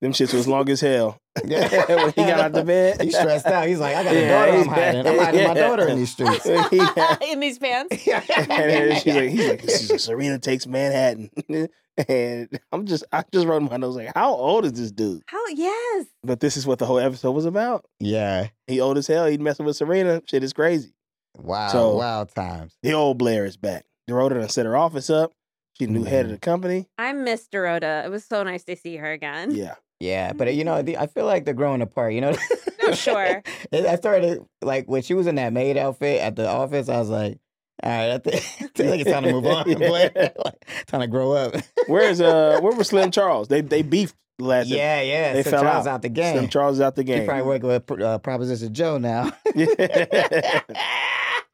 Them shits was long as hell
Yeah,
when he got out the bed.
He's stressed out. He's like, I got a
Yeah,
daughter I'm
he's-
hiding. I'm hiding my
yeah.
daughter in these streets.
He got-
in these pants.
and then she's like, he's like, she's like, Serena takes Manhattan. and I'm just, I just wrote in my nose like, how old is this dude?
How? Yes.
But this is what the whole episode was about.
yeah.
He old as hell. He messing with Serena. Shit is crazy.
Wow.
So-
wild times.
The old Blair is back. Dorota done set her office up. She's the new head of the company.
I miss Dorota. It was so nice to see her again.
Mm-hmm.
Yeah.
Yeah, but you know, the, I feel like they're growing apart. You know,
Mm-hmm. No, sure.
And I started like when she was in that maid outfit at the office. I was like, all right, I think, I think it's time to move on. Blair. Like, time to grow up.
Where's uh where was Slim Charles? They they beefed last episode.
yeah, yeah.
They
so
fell
Charles
out.
out the game.
Slim Charles is out the
He
game.
probably working with uh, Proposition Joe now.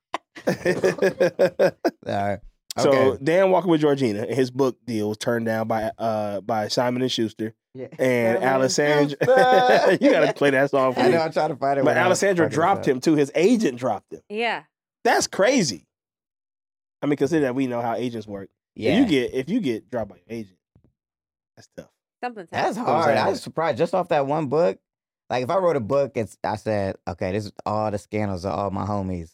All right.
So
Okay.
Dan Walker with Georgina, his book deal was turned down by uh by Simon and Schuster
Yeah.
and
Simon and
Alessandra.
Schuster.
you gotta play that song for
I
me.
know I'm trying to find it.
But
when I was
Alessandra
fucking
dropped
up.
him too. His agent dropped him.
Yeah.
That's crazy. I mean, consider that we know how agents work.
Yeah,
If you get if you get dropped by your agent, that's tough.
Something's
That's
happening.
hard. I
saying.
was surprised just off that one book. Like if I wrote a book, it's I said, okay, this is all the scandals of all my homies.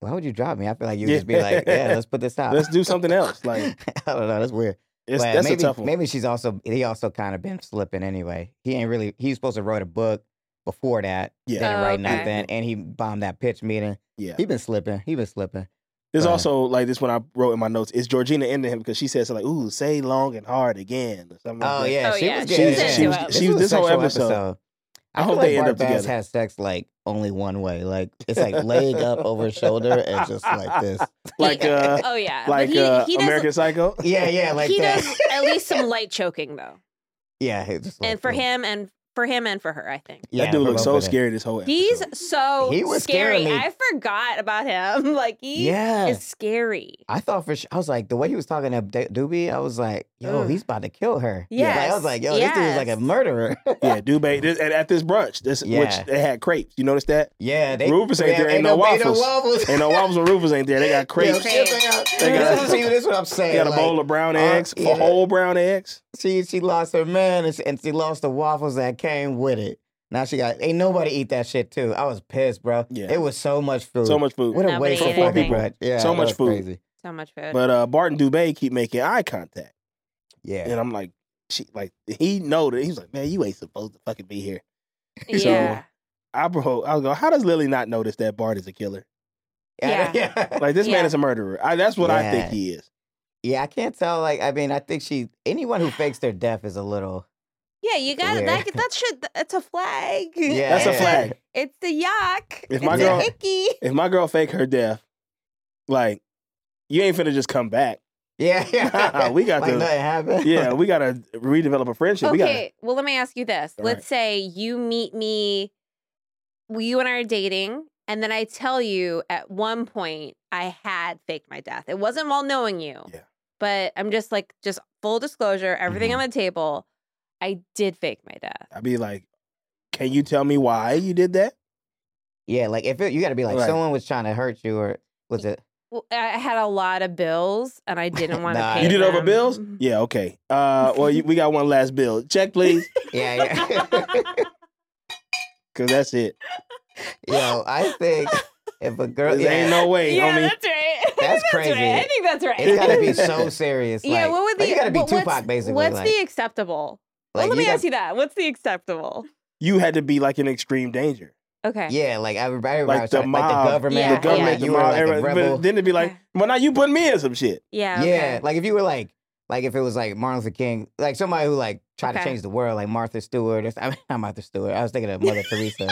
Why would you drop me? I feel like you'd
Yeah.
just be like, yeah, let's put this out.
Let's do something else. Like
I don't know, that's weird.
it's,
But
that's
maybe,
a tough one.
Maybe she's also he also kind of been slipping anyway. He ain't really he was supposed to write a book before that.
Yeah.
Didn't
Oh,
write
okay.
nothing, and he bombed that pitch meeting.
yeah.
He been slipping. He been slipping.
There's
Right.
also like this one I wrote in my notes. Is Georgina into him because she said something like, "Ooh, say long and hard again" or something.
Oh
like that.
yeah,
Oh,
she
yeah,
was
she
getting
was
in.
into it.
She was-
a
this whole
sexual
episode. I
I,
hope
hope
they
they
end
like
up
Bart Bass
together.
has sex like only one way. Like it's like leg up over shoulder and just like this.
like uh,
oh yeah. But
like
he,
uh,
he does-
American Psycho.
Yeah, yeah, like
he
that.
does at least some light choking though,
yeah, it's just like
and for
this.
him and for him and for her, I think.
yeah,
that dude
for
looks
both
so
of them.
scary this whole episode.
He's so
He was
scary.
scaring me.
I forgot about him. Like he
Yeah.
is scary.
I thought for sure, I was like, the way he was talking to D- Doobie, I was like, yo,
Ugh.
he's about to kill her.
Yes,
Like, I was like, yo, this dude is like
yes.
a murderer.
yeah, Dubay. This, and at this brunch, this
Yeah.
which they had crepes. You notice that?
yeah, they.
Rufus ain't
yeah,
there, ain't no waffles.
waffles.
Ain't no waffles and roofers ain't there. They got
Yeah,
crepes.
Crepes.
They
They
got,
got-
this, is, this is what I'm
They
saying.
got a
like, uh,
bowl of brown eggs,
yeah.
for whole brown eggs.
she she lost her man and she, and she lost the waffles that came with it. Now she got ain't nobody eat that shit too. I was pissed, bro.
Yeah.
It was so much food.
So much food.
What a
Nobody
waste
ate
of fucking
anything.
bread. Yeah,
So
that
much
was
food.
Crazy.
So much food.
But uh, Bart and Dubay keep making eye contact,
Yeah.
and I'm like, she like he know that he's like, man, you ain't supposed to fucking be here. so-
yeah.
I bro, I go, how does Lily not notice that Bart is a killer?
yeah.
Yeah.
yeah.
Like this man
Yeah.
is a murderer. I, that's what I think
Yeah.
he is.
I can't tell. Like, I mean, I think she anyone who fakes their death is a little.
yeah, you got
Yeah.
it. That, that should. That's a flag.
Yeah.
That's a
yeah.
flag.
It's the yuck.
If my
it's
girl-
a hickey.
If my girl fake her death, like you ain't finna just come back.
Yeah, yeah.
We got
like
the-
nothing happened.
Yeah, we gotta redevelop a friendship. We gotta
Okay, well, let me ask you this.
All
Let's
right.
say you meet me, well, you and I are dating, and then I tell you at one point I had faked my death. It wasn't while knowing you.
Yeah.
But I'm just like, just full disclosure, everything
Mm-hmm.
on the table, I did fake my death.
I'd be like, Can you tell me why you did that?
yeah. Like, if it, you got to be like
Right.
someone was trying to hurt you, or was it?
Well, I I had a lot of bills, and I didn't want to
Nah.
pay.
You did over
them. Mm-hmm.
bills? Yeah, okay. Uh well you, we got one last bill. Check please.
Yeah, yeah.
Cause that's it.
Yo, I think if a girl,
There
yeah,
ain't no way,
yeah,
homie.
That's
that's right. right. I
crazy.
think that's right.
It's gotta be so serious.
yeah,
like-
what would the
like, you gotta be
what-
Tupac
what's,
basically?
What's
like,
the acceptable?
like,
well, let me
got-
ask you that. What's the acceptable?
You had to be like in extreme danger.
Okay.
Yeah, like I remember, I remember I
Like
was
the
trying- like
mob.
the government,
Yeah,
the government,
yeah.
the
you were
mob,
like a
everybody-
rebel.
But then it'd be like, well, now you put me in some shit.
Yeah.
Yeah,
okay.
like if you were like, like if it was like Martin Luther King, like somebody who like tried
Okay.
to change the world, like Martha Stewart. Or, s- I mean, not Martha Stewart. I was thinking of Mother Teresa.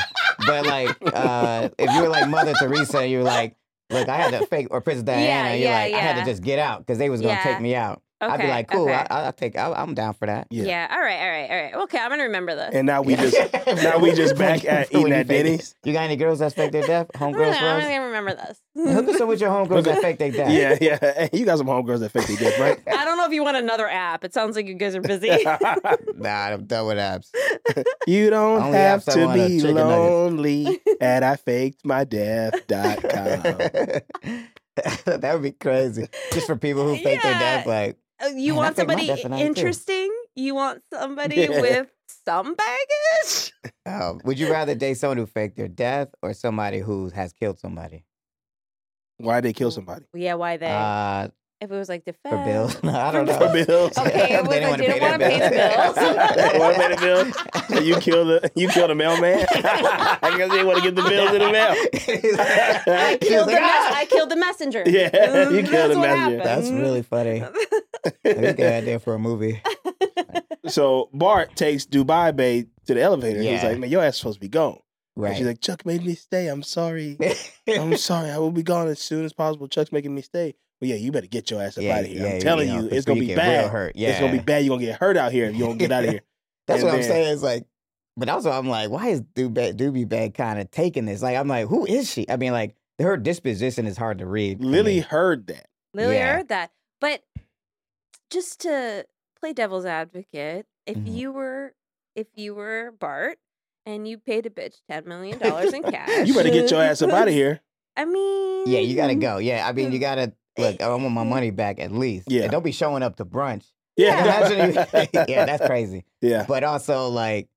But like, uh, if you were like Mother Teresa, you were like, look, I had to fake or Princess
Yeah,
Diana. you're
yeah,
like, I had
yeah.
to just get out because they was gonna
Yeah.
take me out. I'd be
Okay,
like, cool,
okay.
I, I'll take, I, I'm down for that.
yeah. All right. All right. All right. Okay. I'm gonna remember this.
And now we just now we just back at
When
eating
you
at
fake-
Denny's.
You got any girls that fake their death?
I'm gonna,
Homegirls
I'm
for us?
gonna remember this.
Hook us up with your homegirls that
Look-
fake their death.
Yeah, yeah. Hey, you got some homegirls that fake their dick, right?
I don't know if you want another app. It sounds like you guys are busy.
Nah, I'm done with apps.
you don't
Only
have
apps I
to
want are
be
chicken nuggets.
lonely at I faked my death.com.
that would be crazy. Just for people who fake their death, like
Uh, you
Man,
want
I think my
somebody
death and I too.
interesting? You want somebody with some baggage?
um, would you rather date someone who faked their death or somebody who has killed somebody?
Why they kill somebody?
Yeah, why they?
Uh,
if it was like defense.
for bills? No, I don't
For
know.
For bills.
Okay, it was
They
like they didn't
wanna
want to pay
their
the bills.
Wanna pay the bills? You kill the you kill the mailman. I guess they want to get the bills in the mail.
He's like-
I
he's
killed, the
like,
mes-
"Ah!"
I killed the messenger.
Yeah, you
Mm,
killed
that's
the
what
messenger.
happened.
That's really funny. Maybe we could add that for a movie.
So Bart takes Dubai Bay to the elevator. He's
Yeah.
like, man, your ass supposed to be gone. And
Right.
she's like, Chuck made me stay. I'm sorry. I'm sorry. I will be gone as soon as possible. Chuck's making me stay. But yeah, you better get your ass up
Yeah,
out of here.
yeah,
I'm telling
know,
you,
'cause
it's gonna be
we get
bad.
Real hurt. Yeah.
It's gonna be bad. You're gonna get hurt out here if you don't get out of here.
That's
And
what I'm
then-
saying. It's like, but also I'm like, why is Doobie, Doobie Bag kind of taking this? Like, I'm like, who is she? I mean, like, her disposition is hard to read. for
Lily
me.
heard that.
Lily
Yeah.
heard that. But just to play devil's advocate, if
Mm-hmm.
Mhm.
you were if you were Bart and you paid a bitch ten million dollars in cash,
You better get your ass up out of here.
I mean,
Yeah, you gotta go. Yeah, I mean, you gotta look. I want my money back at least.
Yeah.
and don't be showing up to brunch. Imagine
Yeah.
you- yeah, that's crazy.
Yeah.
But also, like,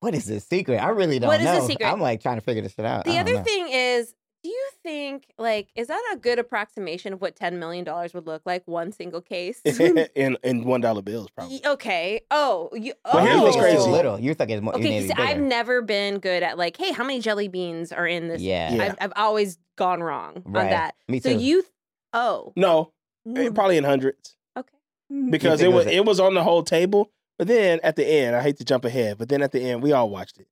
what is this secret? I really don't
What is
know.
the secret?
I'm like trying to figure this shit out. I
The
don't
other
know.
thing is, do you think like is that a good approximation of what ten million dollars would look like one single case?
in in one dollar bills, probably.
Y- okay. Oh, you.
But here's
oh.
what's
You think it's
crazy.
too little. You think it's more?
Okay,
you need
see,
to be
I've
bigger.
never been good at like, hey, how many jelly beans are in this?
Yeah,
Yeah.
I've, I've always gone wrong on
Right.
that.
me
So
too.
you, th- oh,
No, eh,
mm,
probably in hundreds
okay. Mm-hmm.
because
think
it
it
was
was a-
it was on the whole table. But then at the end, I hate to jump ahead, but then at the end, we all watched it.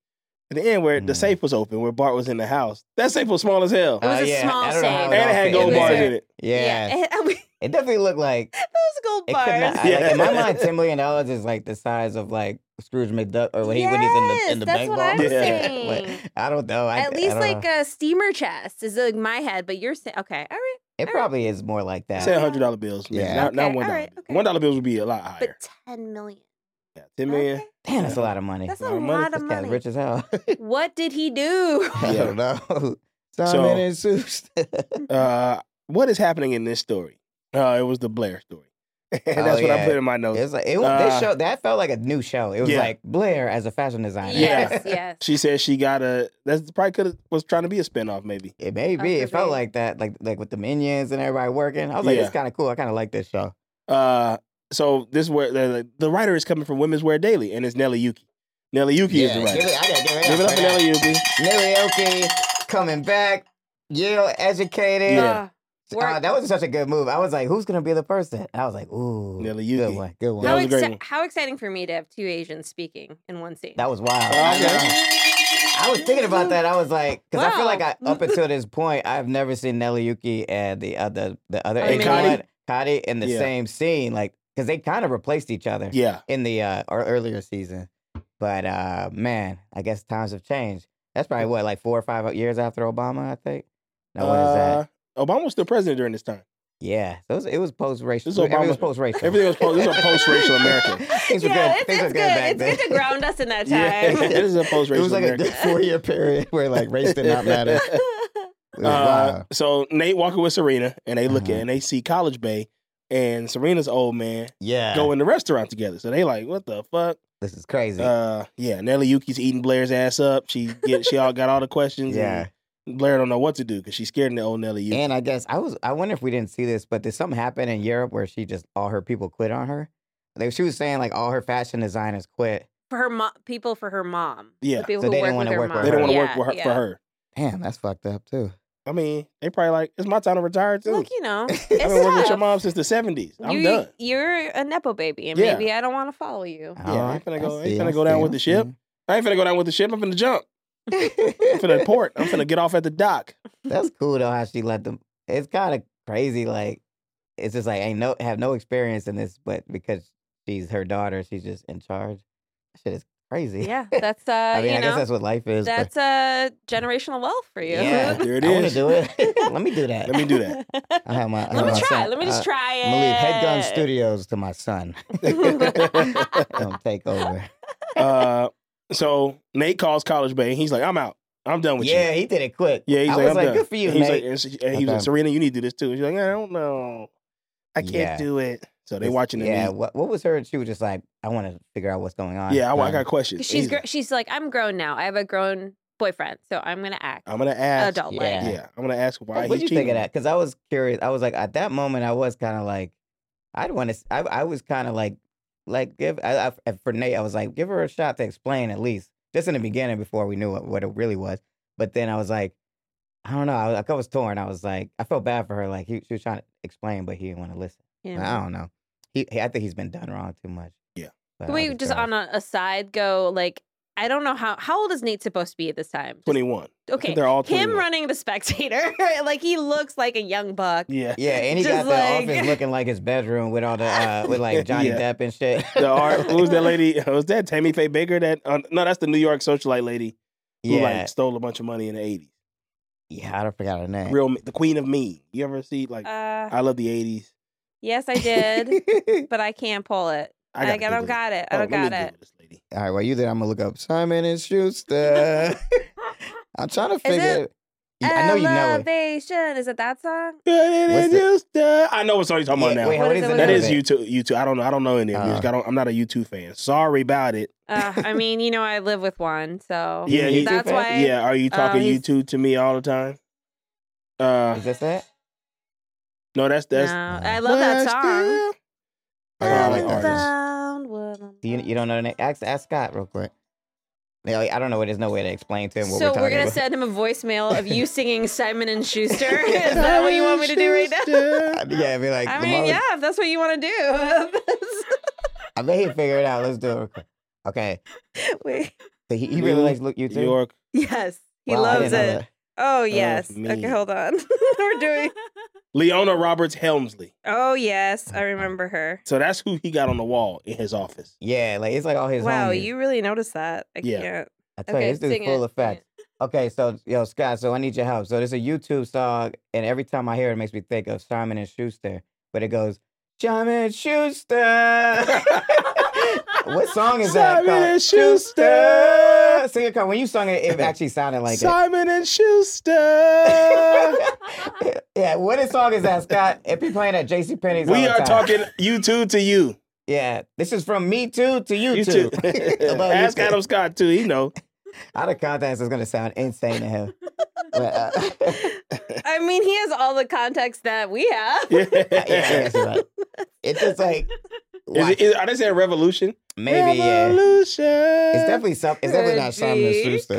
At the end, where the
Mm.
safe was open, where Bart was in the house, that safe was small as hell,
It was
Oh,
a
yeah.
small
I don't know how
save.
and it had
It
gold
was
bars
a-
in it.
yeah,
and we-
it definitely looked like
those gold
It could
bars.
not, I- like, in my
Yeah.
mind, ten million dollars is like the size of like Scrooge McDuck or when he when he's in the
Yes,
in the
that's
bank
what
vault.
I'm
Like,
saying.
I don't know. I,
At
I
least
don't
like
know.
a steamer chest is like my head, but you're saying okay, all right,
it probably is more like that.
Say a hundred dollar bills, yeah,
Yeah.
not, not
Okay,
one
all
dollar.
right, okay.
One dollar bills would be a lot
but
higher.
ten million.
Yeah, Ten million.
Okay.
Damn, that's a lot of money.
That's a
lot of
lot,
money.
of
This guy's
money.
rich as hell.
What did he do?
I
Yeah.
don't know. Simon
So-
and Seuss.
Uh, what is happening in this story? Uh, it was the Blair story, and
Oh,
that's what I
yeah.
put in my notes.
It's like it, was
Uh,
this show that felt like a new show. It was
yeah.
like Blair as a fashion designer.
yes,
Yeah.
yes.
She said she got a. That's probably could have was trying to be a spinoff, maybe.
It may
Oh,
be.
could
It felt
be.
like that, like like with the minions and everybody working. I was like,
Yeah.
it's kind of cool. I kind of like this show.
Uh, so this where the, the writer is coming from Women's Wear Daily, and it's Nelly Yuki. Nelly Yuki is the
give
writer.
it, I gotta give it
Give it up
up for
for
that.
Nelly Yuki.
Narioki coming back, Yale educated.
Yeah.
Work.
Uh, that was such a good move. I was like, who's gonna be the person? I was like, ooh,
Nelly
good
Yuki.
one, good one.
That
how,
was a great
exci-
one.
how exciting for me to have two Asians speaking in one scene.
That was wild.
Oh,
I,
okay.
know. I was thinking about that. I was like, because I feel like I,
Wow.
up until this point, I've never seen Nelly Yuki and the other the other
And
Asian
Connie.
one, Connie, in the
Yeah.
same scene, like because they kind of replaced each other
Yeah,
in the uh, or earlier season. But uh, man, I guess times have changed. That's probably what like four or five years after Obama, I think. No, when is that?
Uh, Obama was still president during this time.
Yeah, so it was, it was post racial.
This is
Everything was
Obama-
post racial.
everything was post- this was a post-racial America.
Things were
yeah,
good.
It's,
Things were good
it's good.
back
It's
then.
good to ground us in that
Yeah,
time.
this is a post-racial
It was like
America.
a good four year period where like race did not matter. It was
Uh,
wild.
so Nate walking with Serena, and they look at
Mhm.
and they see College Bay, and Serena's old man
yeah,
go in the restaurant together. So they like, what the fuck?
this is crazy.
Uh, yeah, Nelly Yuki's eating Blair's ass up. She get she all got all the questions.
yeah,
and Blair don't know what to do because she's scared of the old Nelly Yuki.
and I guess I was. I wonder if we didn't see this, but did something happen in Europe where she just all her people quit on her? Like she was saying, like all her fashion designers quit.
for her mom, people for her mom.
Yeah.
the people
So
who
they
work
didn't
with
wanna
her
work with
mom.
her.
they don't want to
yeah,
work for her,
yeah.
for her.
Damn, that's fucked up too.
I mean, they probably like, it's my time to retire too.
Look, you know, it's
I've been working with your
tough.
mom since the 70s. I'm
you,
done.
You're a nepo baby, and
Yeah.
maybe I don't want to follow
Uh,
you.
Yeah, I ain't
Alright,
finna go- I ain't
see,
finna go down
see,
with the
see.
ship. I ain't finna go down with the ship. I'm finna jump. I'm finna port. I'm finna get off at the dock.
That's cool though. How she let them. It's kind of crazy. Like it's just like ain't no have no experience in this, but because she's her daughter, she's just in charge. That shit is crazy.
yeah, that's uh,
I mean,
you
I guess
know,
that's what life is. but-
that's uh, generational wealth for you.
Yeah,
There it
I want
is.
to do it. let me do that.
Let me do that.
I have my. I have
Let
my
me try.
son-
Let me just
I-
try it.
I'm gonna leave Headgun Studios to my son. Don't take over.
Uh, so Nate calls College Bay. He's like, I'm out. I'm done with
Yeah,
you.
he did it quick.
Yeah, he's
I
like,
was
I'm
like,
done.
good for you,
And he's
Nate.
Like, and she- and he was like,
I'm done.
Serena, you need to do this too. She's like, I don't know. I can't
Yeah.
do it. So they
It's-
watching the
Yeah,
yeah,
what, what was her? She was just like, I want to figure out what's going on.
yeah. I, I
Um,
got questions.
She's
He's
gr-
like,
she's like, I'm grown now. I have a grown boyfriend, so I'm gonna act
I'm gonna ask.
adult
yeah.
like.
Yeah. I'm gonna ask why
What
he
you think
cheated.
of that? Because I was curious. I was like, at that moment, I was kind of like, I'd want to. I, I was kind of like, like give. I, I, for Nate, I was like, give her a shot to explain at least, just in the beginning before we knew what, what it really was. But then I was like, I don't know. I was, like, I was torn. I was like, I felt bad for her. Like he, she was trying to explain, but he didn't want to listen.
Yeah.
But I don't know. He, he- I think he's been done wrong too much.
Yeah.
But I
Can we
was
just
curious.
on a aside go like I don't know how how old is Nate supposed to be at this time?
Twenty one.
Okay,
they're all
him
21.
running the spectator, like he looks like a young buck.
Yeah.
Yeah, and he
Just
got the
like-
office looking like his bedroom with all the uh, with like Johnny
Yeah.
Depp and shit.
The art, who's that lady? Was that Tammy Faye Baker? That uh, no, that's the New York socialite lady who
Yeah,
like stole a bunch of money in the eighties.
yeah, I don't forgot her name.
Real, the Queen of Mean. You ever see like
Uh,
I love the eighties.
yes, I did, but I can't pull it. I, I
gotta
don't
Google
got it.
Oh,
I don't
let me
got it.
Google this lady.
All right, while you there, I'm gonna look up Simon and Schuster. I'm trying to figure.
it-
You- I know you know it.
Elevation. Is it that song?
What's the-
Schuster. I know what song you're talking about
Yeah,
now.
wait,
What
what
is
is
it?
the
What
that
name
is
of it?
YouTube. YouTube. I don't. I don't know any of
Uh.
music. I don't, I'm not a YouTube fan. Sorry about it.
Uh, I mean, you know, I live with one, so
Yeah,
you-
that's
you-
why.
yeah. Are you talking
he's-
YouTube to me all the time? Uh,
Is this it?
no. That's that's.
no, I love that song.
I gotta
like
look
artists.
up this.
Found what I'm-
Do you, you don't know the name? Ask, ask Scott real quick. Yeah, like, I don't know. There's no way to explain to him what
so
we're talking
we're gonna
about.
send him a voicemail of you singing Simon and Schuster. Is that what you want me to do right now?
yeah, I'd be like,
I
the
mean,
moment-
yeah, if that's what you want to do.
I bet he'd figure it out. Let's do it. real quick. Okay.
Wait.
So he, he
New
really likes look YouTube.
New York.
Yes, he
Wow, I
loves
didn't know
it.
that.
Oh yes.
me.
Okay, hold on. we're doing.
Leona Roberts Helmsley.
Oh yes, I remember her.
So that's who he got on the wall in his office.
Yeah, like it's like all his.
Wow,
homies.
you really noticed that. I
Yeah.
can't.
I tell
Okay,
you, this dude's
sing it,
full of
sing
facts. Okay, so yo, Scott, so I need your help. So there's a YouTube song, and every time I hear it, it makes me think of Simon and Schuster, but it goes, Simon and Schuster. what song is that?
Simon
called?
and Schuster.
Sing it, Carl. when you sung it, it actually sounded like
Simon and Schuster.
it. yeah, what is- song is that, Scott? If you're playing at JC Penney's,
we are talking you two to you.
Yeah, this is from me too to you,
You
too.
too.
About you
Ask
too.
Adam Scott too. He know.
Out of context, it's gonna sound insane to him. But, uh,
I mean, he has all the context that we have.
Yeah.
yeah, that's right. It's just like
Is
why-
it, is, are they saying revolution?
maybe yeah.
Revolution.
It's definitely some. It's definitely not
Could
Simon and
be,
Schuster.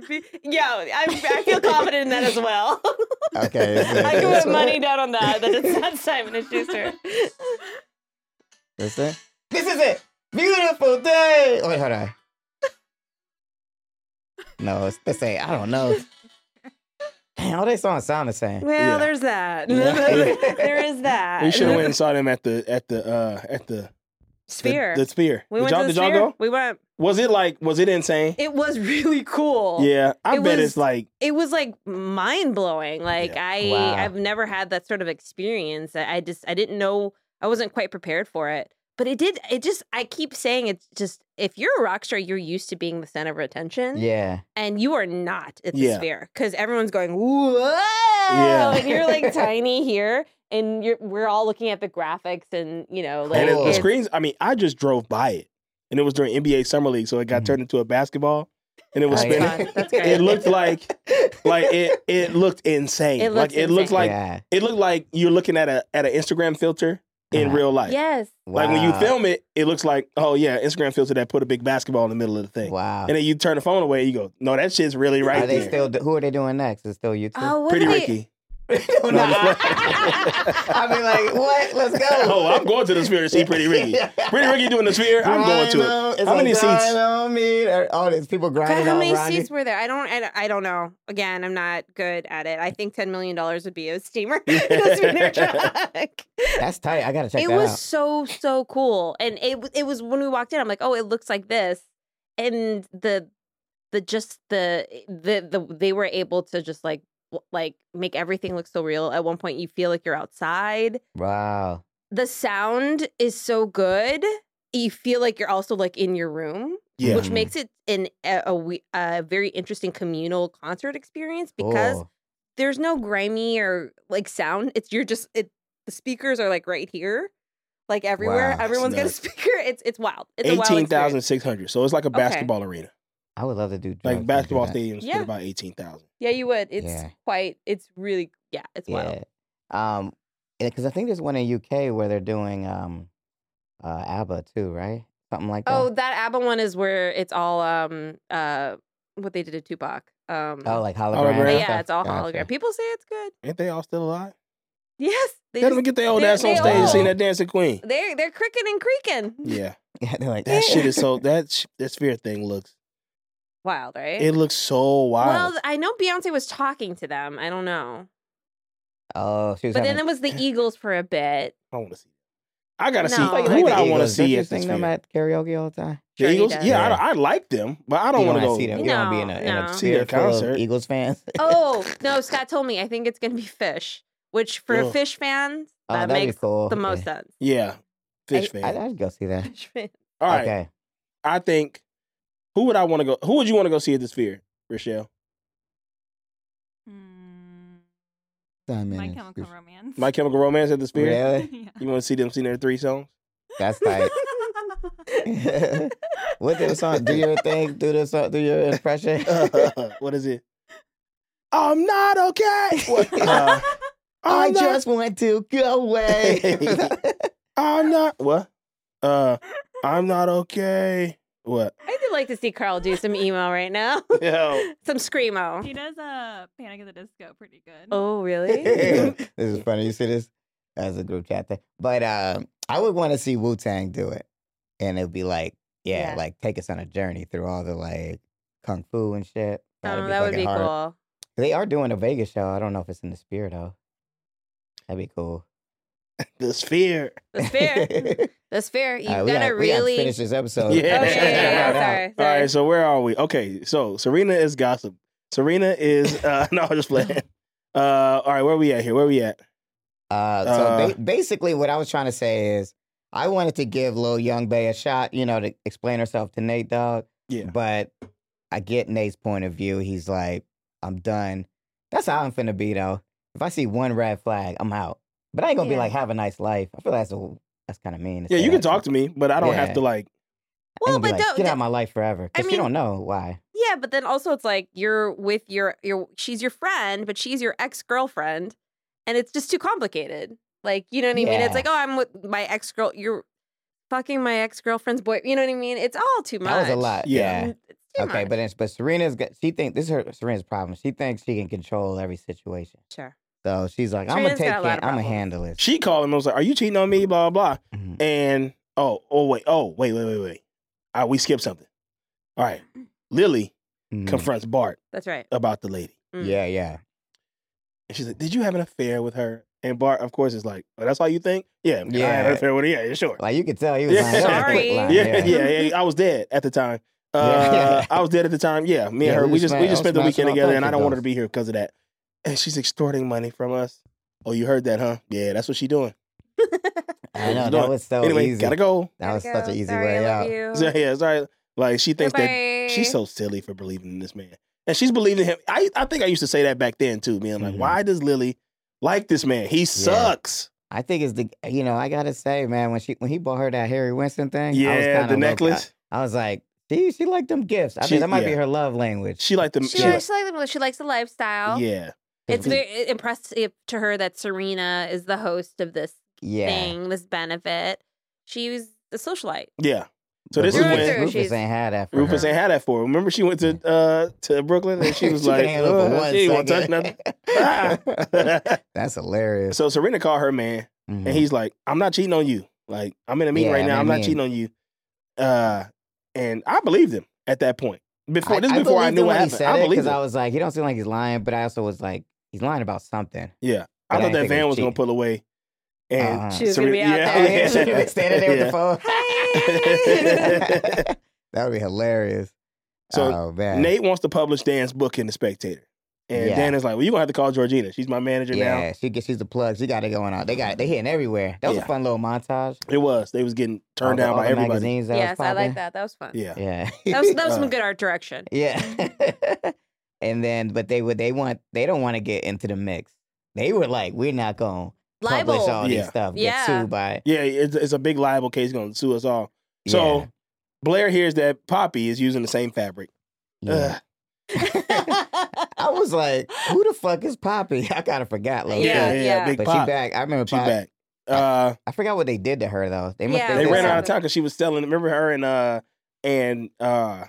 Could be. Yeah, I, I feel confident in that as well.
Okay, it's-
I can
it's-
put money down on that that it's not Simon and Schuster.
This it. This is it. Beautiful day. Wait, hold on. No, it's the same. I don't know. Damn, all they songs sound the same.
Well,
Yeah.
there's that.
Yeah.
there is that.
We should have went and saw them at the at the uh at the
Sphere.
The, the sphere.
we
did
went
y'all,
to the
did y'all
sphere.
go?
We went.
Was it like was it insane?
It was really cool.
yeah. I
It
bet
was-
it's like
It was like mind blowing. Like I,
Wow.
I've never had that sort of experience. I I just, I didn't know. I wasn't quite prepared for it. But it did. It just. I keep saying it's just. If you're a rock star, you're used to being the center of attention.
Yeah.
and you are not at the
Yeah.
sphere because everyone's going whoa, and you're like tiny here, and you're we're all looking at the graphics and you know like
and it, the
Cool.
it's-
screens I mean, I just drove by it. And it was during NBA summer league, so it got
Mhm.
turned into a basketball and it was
Oh, yeah.
spinning.
fun. That's great.
It looked like like it it looked insane.
It
like
looks
it looked
insane.
like
yeah.
it looked like you're looking at a at an Instagram filter in
Uh,
real life.
Yes.
Like when you
Wow.
film it, it looks like, oh yeah, Instagram filter that put a big basketball in the middle of the thing.
Wow.
And then you turn the phone away, you go, no, that shit's really right
are they
there.
still? Who are they doing next? Is it still you two?
Oh, what
Pretty
are they-
Ricky.
No,
No, I'm
I-
just playing.
I'd be like, what? Let's go.
oh, I'm going to the sphere to see Pretty Ricky. Pretty Ricky doing the sphere. I'm going to it. How many seats?
On me. All these people grinding
God, how
on
many
Rodney.
seats were there? I don't, I don't. I don't know. Again, I'm not good at it. I think ten million dollars would be a steamer. in a spinner truck.
That's tight. I gotta check
it
that
was
out.
so so cool, and it w- it was when we walked in. I'm like, oh, it looks like this, and the the just the eh, the the they were able to just like w- like make everything look so real. At one point, you feel like you're outside.
Wow.
The sound is so good. You feel like you're also like in your room
Yeah.
which makes it an eh, a, a, we- a very interesting communal concert experience because
Cool.
there's no grimy or like sound. It's you're just it. The speakers are like right here, like everywhere.
Wow, that's
Everyone's got a
nuts.
speaker. It's it's wild. It's a wild
Eighteen thousand
experience.
six hundred. So it's like a
Okay.
basketball arena.
I would love to do drugs
Like
and do
basketball
that.
stadiums
Yeah.
fit about eighteen thousand.
Yeah, you would. It's
Yeah.
quite. It's really yeah. It's wild.
Yeah. Um, because I think there's one in UK where they're doing um, uh, ABBA too, right? Something like that.
Oh, that ABBA one is where it's all um uh what they did to Tupac. Um,
Oh, like hologram.
Hologram.
yeah,
yeah,
it's all
Gotcha.
hologram. People say it's good.
Ain't they all still alive?
Yes, they
They let them
just,
get their old
they-
ass on
they
stage and sing
all-
that dancing queen.
they're they're cricking and creaking.
Yeah,
Yeah, they're like
that shit is so that sh- that sphere thing looks.
Wild, right?
It looks so wild.
Well, I know Beyonce was talking to them. I don't know.
Oh, she was.
But
having...
then it was the Eagles for a bit.
I want to see. I gotta see
No.
Oh, you like
Who
who would
the
I want to
Eagles. Don't
see
you
at this
sing them
sphere.
at karaoke all the time.
The
Sure he
Eagles?
does.
Yeah, I,
Yeah.
don't- I like them, but I don't
You
want to
wanna
go.
see them. You
No,
want to be in a, in
no.
a
See their
sphere full of
concert.
Eagles fans.
Oh, no, Scott told me. I think it's going to be Fish, which for
Ugh.
Fish fans,
Oh,
that
that'd be
makes
cool.
the most
Yeah.
sense.
Yeah, fish
I-
fan.
I'd, I'd go see that.
Fish fan.
All right,
Okay.
I think. Who would I want to go? Who would you want to go see at the sphere, Rochelle?
Diamond
Mm, My
and
Chemical
Scrooge.
Romance.
My Chemical Romance at the sphere.
Really?
yeah.
You want to see them sing their three songs?
That's tight. what the song? Do your thing. Do the song. Do your impression.
what is it? I'm not okay. What? Uh,
I
I'm not-
just want to go away.
I'm not. What? Uh, I'm not okay. What?
I do like to see Carl do some emo right now.
Yo.
some screamo.
He does uh, Panic at the Disco pretty good.
Oh, really?
this is funny. You see this as a group chat thing, but um, I would want to see Wu Tang do it, and it'd be like, yeah,
Yeah.
like take us on a journey through all the like kung fu and shit.
Oh, that would
fucking
be
hard.
cool.
They are doing a Vegas show. I don't know if it's in the Sphere though. That'd be cool.
The sphere.
The sphere. the sphere. You
All right, Uh, we
gotta
gotta- we gotta
really.
finish this episode.
Yeah.
Oh, yeah, yeah, yeah,
Shout out.
Sorry,
All
sorry.
right, so where are we? Okay, so Serena is gossip. Serena is uh no, I'm just playing. Uh all right, where we at here? Where we at?
Uh, so ba- basically, what I was trying to say is, I wanted to give Lil Young Bay a shot, you know, to explain herself to Nate Dogg.
Yeah.
But I get Nate's point of view. He's like, I'm done. That's how I'm finna be though. If I see one red flag, I'm out. But I ain't gonna
Yeah.
be like, have a nice life. I feel that's a, that's kind of mean.
Yeah, you can talk to me, but I don't have
Yeah.
to like
Well, but
but
don't-
like, get out of my life forever
I
because
mean-
you don't know why.
Yeah, but then also it's like you're with your your she's your friend, but she's your ex girlfriend, and it's just too complicated. Like you know what I mean? It's
Yeah.
like oh, I'm with my ex girl. You're fucking my ex girlfriend's boy. You know what I mean? It's all too much. Mm,
That was a lot.
Yeah.
yeah.
It's too
Okay,
much.
but it's, but Serena's got, she thinks this is her Serena's problem. She thinks she can control every situation.
sure.
So she's like, I'm
Serena's
gonna
got
take
a lot
care.
of
I'm gonna
problems.
handle it.
she called him and was like, Are you cheating on me? Blah blah blah.
Mhm.
And oh, oh wait, oh, wait, wait, wait, wait. All right, we skipped something. All right. Lily
Mhm.
confronts Bart
That's right.
about the lady.
Mm.
mm-hmm. Yeah, yeah.
And she's like, Did you have an affair with her? And Bart, of course, is like, oh, that's all you think? Yeah, yeah. I had an
Yeah.
affair with her. Yeah, sure.
Like you could tell he was
Yeah.
lying. That was a
Sorry.
quick lie,
yeah, yeah, yeah. I was dead at the time. Uh,
Yeah.
I was dead at the time. Yeah, me
Yeah,
and her,
we
we
just
just
sma-
we just
I
spent the
smashed
weekend
all
together,
types
and
of
I don't want her to
those.
be here because of that. And she's extorting money from us. Oh, you heard that, huh? Yeah, that's what she doing.
I know
Don't-
that was so
anyway,
Oh, easy.
gotta go.
That was
Gotta
such
go.
an easy
Sorry,
way
I love
out.
you.
So, yeah, sorry. Like she thinks that she's
Oh.
so
Goodbye.
silly for believing in this man, and she's believing him. I I think I used to say that back then too, man. Like,
Mhm.
why does Lily like this man? He sucks.
I think it's the you know I gotta say, man, when she when he bought her that Harry Winston thing, I was
Yeah,
kinda
the
low-
necklace.
I, I was like, she she liked them gifts. I
She-
think that might be
yeah.
her love language.
She liked the
She,
she-
likes, she, likes, the- she likes the lifestyle.
yeah.
It's very impressive to her that Serena is the host of this
Yeah.
thing, this benefit. She was a socialite.
Yeah. So
But
this is
Rufus-
when
Rufus She's-
ain't had that for
Rufus
her.
ain't had that for. her. Remember, she went to uh to Brooklyn and she was like,
couldn't handle it for
"Ugh,
one
she ain't want to touch
second."
nothing. Ah.
That's hilarious.
so Serena called her man,
Mhm.
and he's like, "I'm not cheating on you. Like, I'm in a meeting
Yeah,
right
I'm
now.
in a
I'm not
meeting."
cheating on you." Uh, and I believed him at that point. Before this, is before I
Mm-hmm. believed
knew
him
what
when he
happened.
said
I
it
believed him.
I was like, he don't seem like he's lying, but I also was like, he's lying about something.
yeah,
but
I
I
thought
didn't
that
think it
van
was
was gonna
cheating.
pull away, and
Uh-huh.
She was gonna be out
Oh, yeah,
there.
she could be standing there with
Yeah.
the phone.
Hey!
that would be hilarious.
So
oh man,
Nate wants to publish Dan's book in the Spectator, and
Yeah.
Dan is like, "Well, you are gonna have to call Georgina. She's my manager now."
yeah, she gets she's the plug. She got it going on. They got they hitting everywhere. That was
Yeah.
a fun little montage.
It was. They was getting turned
All the-
down
all
by
the
everybody.
magazines that was
yes, I like
popping.
that. That was fun.
Yeah.
Yeah,
That was that was
Uh,
some good art direction. Mm-hmm.
yeah. and then, but they would they want they don't want to get into the mix. They were like, we're not gonna publish all
Libel.
these
Yeah.
stuff. Get
Yeah.
sued by it.
Yeah, it's, it's a big libel case going to sue us all. So
Yeah.
Blair hears that Poppy is using the same fabric.
Yeah.
Ugh.
I was like, who the fuck is Poppy? I kind of forgot. Like,
Yeah, yeah.
big
But
Pop.
she back. I remember
She
Pop.
back. Uh,
I forgot what they did to her though. They must
Yeah,
they
they
did
ran her out of
something.
town because she was selling. Remember her and uh and uh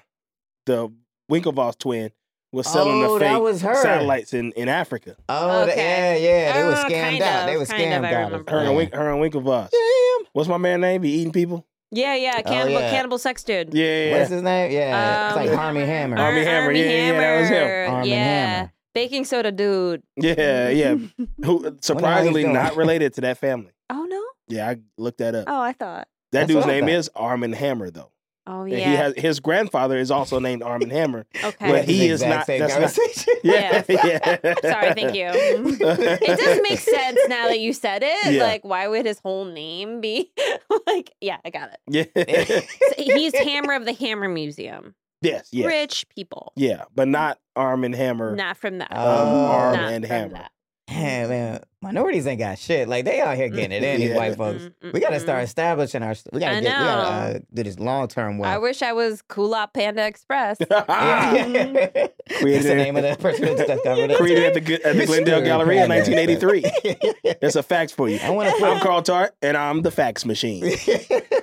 the Winklevoss twin was selling
Oh,
the
that
fake
was her.
satellites in, in Africa.
Oh the-
Okay.
yeah, yeah. They were
Oh,
scammed
kind
out.
of,
They were
kind of,
scammed
I
out.
remember
Her and
Yeah.
Wink, her and Winklevoss.
Damn.
What's my man name? Be eating people?
Yeah, yeah. Cannibal
Oh, yeah.
cannibal sex dude.
Yeah, yeah,
What's
yeah.
his name? Yeah, it's like
Um,
Harmy Hammer.
Army
Ar-
Hammer,
Army
yeah, yeah, that was him.
Hammer,
Arm and
yeah.
Hammer.
Baking soda dude.
yeah, yeah. Who surprisingly
doing.
not related to that family.
Oh no.
Yeah, I looked that up.
Oh, I thought.
that
That's
dude's
what I
name
thought.
is Armin Hammer though.
Oh
And
yeah.
He has his grandfather is also named Armin Hammer.
okay.
We
But
had this
he is
exact
not-
same
that's not-
conversation.
Yeah, yeah.
Sorry, thank you. It does make sense now that you said it.
Yeah.
Like, why would his whole name be like? Yeah, I got it.
Yeah.
So he's Hammer of the Hammer Museum.
yes, yeah,
Rich people,
yeah, but not Armin Hammer.
not from that.
Um, Arm
Not
and
from
Hammer.
that.
Yeah, man, minorities ain't got shit. Like they out here getting it in. These
Mm-hmm. Yeah. Mm-hmm.
white folks. We gotta start establishing our. We gotta
Mm-hmm. I
get. We gotta
know.
uh, do this long term work.
I wish I was Kulop Panda Express.
Uh, Ah.
Yeah.
Mhm.
That's the name of the person who just covered it.
Created at the Gu- at the Glendale Gallery in 1983. That's a fax for you.
I wanna put-
I'm Carl Tart, and I'm the fax machine.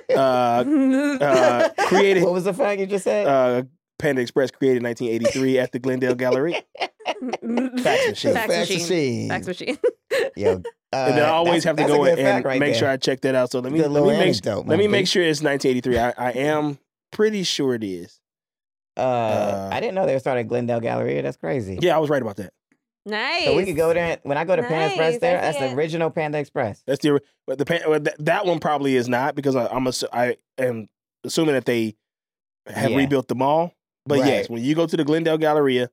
Uh, uh, created
what was the fact you just said?
uh, Panda Express created in 1983 at the Glendale Gallery,
Uh,
fax machine.
Fax
Fax
machine.
machine.
Fax machine.
Yo,
and then I
uh,
always
that's-
have to
that's a
go
good
in
fact
and
right
make
there.
sure I check that out. So let me let
Good little
me make
anecdote,
let me
Michael.
make sure it's 1983. I, I am pretty sure it is.
Uh,
Uh,
I didn't know they started Glendale Gallery. That's crazy.
Yeah, I was right about that.
Nice.
So we could go there. When I go to Panda Express,
Nice,
there,
I
that's
see
the
it.
original Panda Express.
That's the but the pan- well, that, that one probably is not because I, I'm assu- I am assuming that they have
Yeah.
rebuilt the mall. But
Right.
yes, when you go to the Glendale Galleria,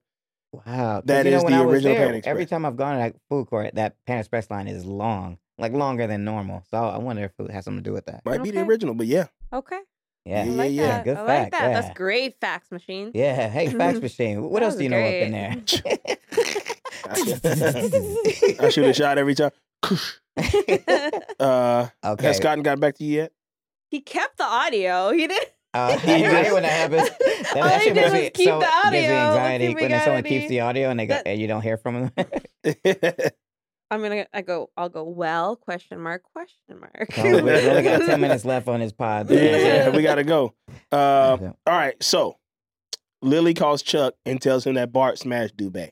Wow, 'Cause
That
you know,
is
when
the
I was
original
there,
Panda Express.
Every time I've gone to that food court, that Panda Express line is long, like longer than normal. So I wonder if it has something to do with that.
might be the
Okay.
original. But yeah,
Okay.
Yeah,
I
Yeah,
like
yeah,
that.
good
I
fact.
like that.
yeah.
That's great fax machine.
Yeah. Hey, fax machine. What
That
else
was
do you know up in there?
I should have shot every time. Uh,
okay.
Has Cotton got back to you yet?
he kept the audio. He did.
Uh,
He
right
just-
when that happens, that,
All
that
he
shit
did
must
was
be
keep
so
the
gives me
audio. Let's see
anxiety
if we
when
got
someone
any.
keeps the audio and they go,
That-
and you don't hear from them.
I'm gonna. I go. I'll go. Well? Question mark? Question mark.
Oh, we we only got ten minutes left on this pod.
yeah, we gotta go. Uh,
Okay.
all right, so Lily calls Chuck and tells him that Bart smashed Dubé.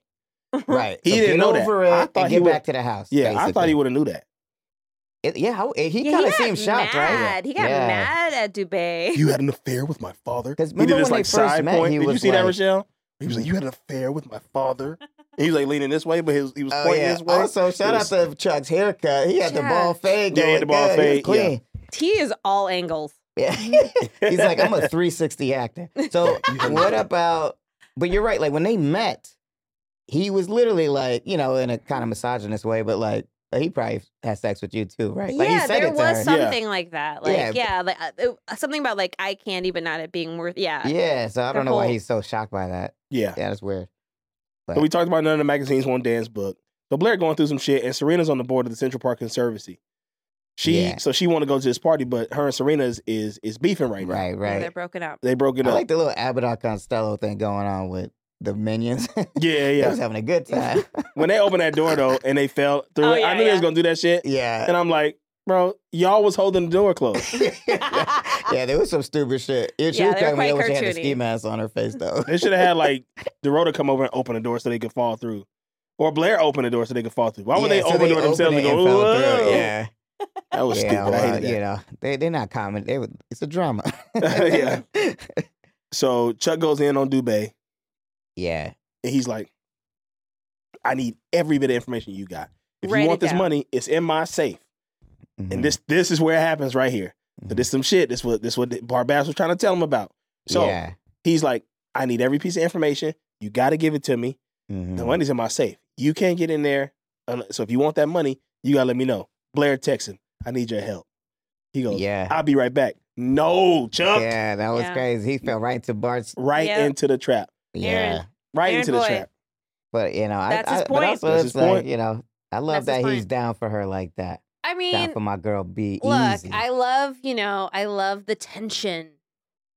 Right.
He didn't
get
know that.
over It
I thought
and
he
get
would-
back to the house.
Yeah, I thought he
basically.
would have knew that.
It- yeah, how- eh, he
Yeah,
kind
he
of
got
seemed shocked,
mad.
right?
He got
Yeah.
mad at Dubé.
You had an affair with my father.
'Cause
he did
remember
this
when they
like
first
side
met,
point.
he
Did you
was
see that,
like- Mm-hmm.
Rochelle? He was like, "You had an affair with my father." And he was like leaning this way, but he was, he was
Oh,
pointing
yeah.
this way.
Also, shout out to Chuck's haircut. He had the ball
Chuck.
fade.
Yeah, he had
going
the ball
good. He was
fade, yeah.
Clean.
T is all angles.
Yeah. He's like, I'm a 360 actor. So what about? But you're right. Like when they met, he was literally like, you know, in a kind of misogynist way, but like he probably had sex with you too, right? Like he
yeah,
said
there
it to
was
her.
some-
something like that. Like
Yeah.
yeah, like uh, it, something about like eye candy, but not it being worth. Yeah,
yeah. So I don't
The
know why
whole-
he's so shocked by that.
yeah.
Yeah, that's weird.
So we talked about none of the magazines on Dan's book. So Blair going through some shit, and Serena's on the board of the Central Park Conservancy. She
Yeah.
so she want to go to this party, but her and Serena is is, is beefing right, now.
Right,
Yeah,
right.
they're broken up.
They broke it
I
up.
like the little Abaddon Costello thing going on with the minions.
yeah,
they
yeah.
was having a good time.
when they opened that door though, and they fell through
Oh,
it, I
yeah,
knew they was
yeah.
gonna do that shit.
yeah.
And I'm like, Bro, y'all was holding the door closed.
yeah, there was some stupid shit. Yeah, she
Yeah,
was
they were
telling me
quite
that when she had the
cartoony.
ski mask on her face, though.
they should have had like Dorota come over and open the door so they could fall through, or Blair open the door so they could fall through. Why would they
Yeah, so
open the door themselves and,
opened
go?
it and fell
Whoa.
through, Yeah.
that was
yeah,
stupid. I
well,
hated that.
You know, they, they're not common. They, were- it's a drama.
yeah. So Chuck goes in on Dubay.
Yeah.
And he's like, I need every bit of information you got. If
Write
you
it
want this
down.
money, it's in my safe.
Mm-hmm,
And
Mm.
this this is where it happens right here. So this some shit. This what this what Barbass was trying to tell him about. So
Yeah.
he's like, I need every piece of information. You gotta give it to me.
Mm-hmm.
The money's in my safe. You can't get in there. unle- So if you want that money, you gotta let me know. Blair texts him, I need your help. He goes,
Yeah.
I'll be right back. No, Chuck.
Yeah, that was
Yeah.
crazy. He fell right into Bart's.
Right
Yep.
into the trap.
Yeah.
Right
Aaron
into the
boy.
trap.
But, you know, I,
That's his
I,
point.
But also,
That's
it's
his
like,
point.
you know, I love
That's his
that he's
point.
down for her like that.
I
Down
mean,
for my girl, B.
look,
Easy.
I love, you know, I love the tension.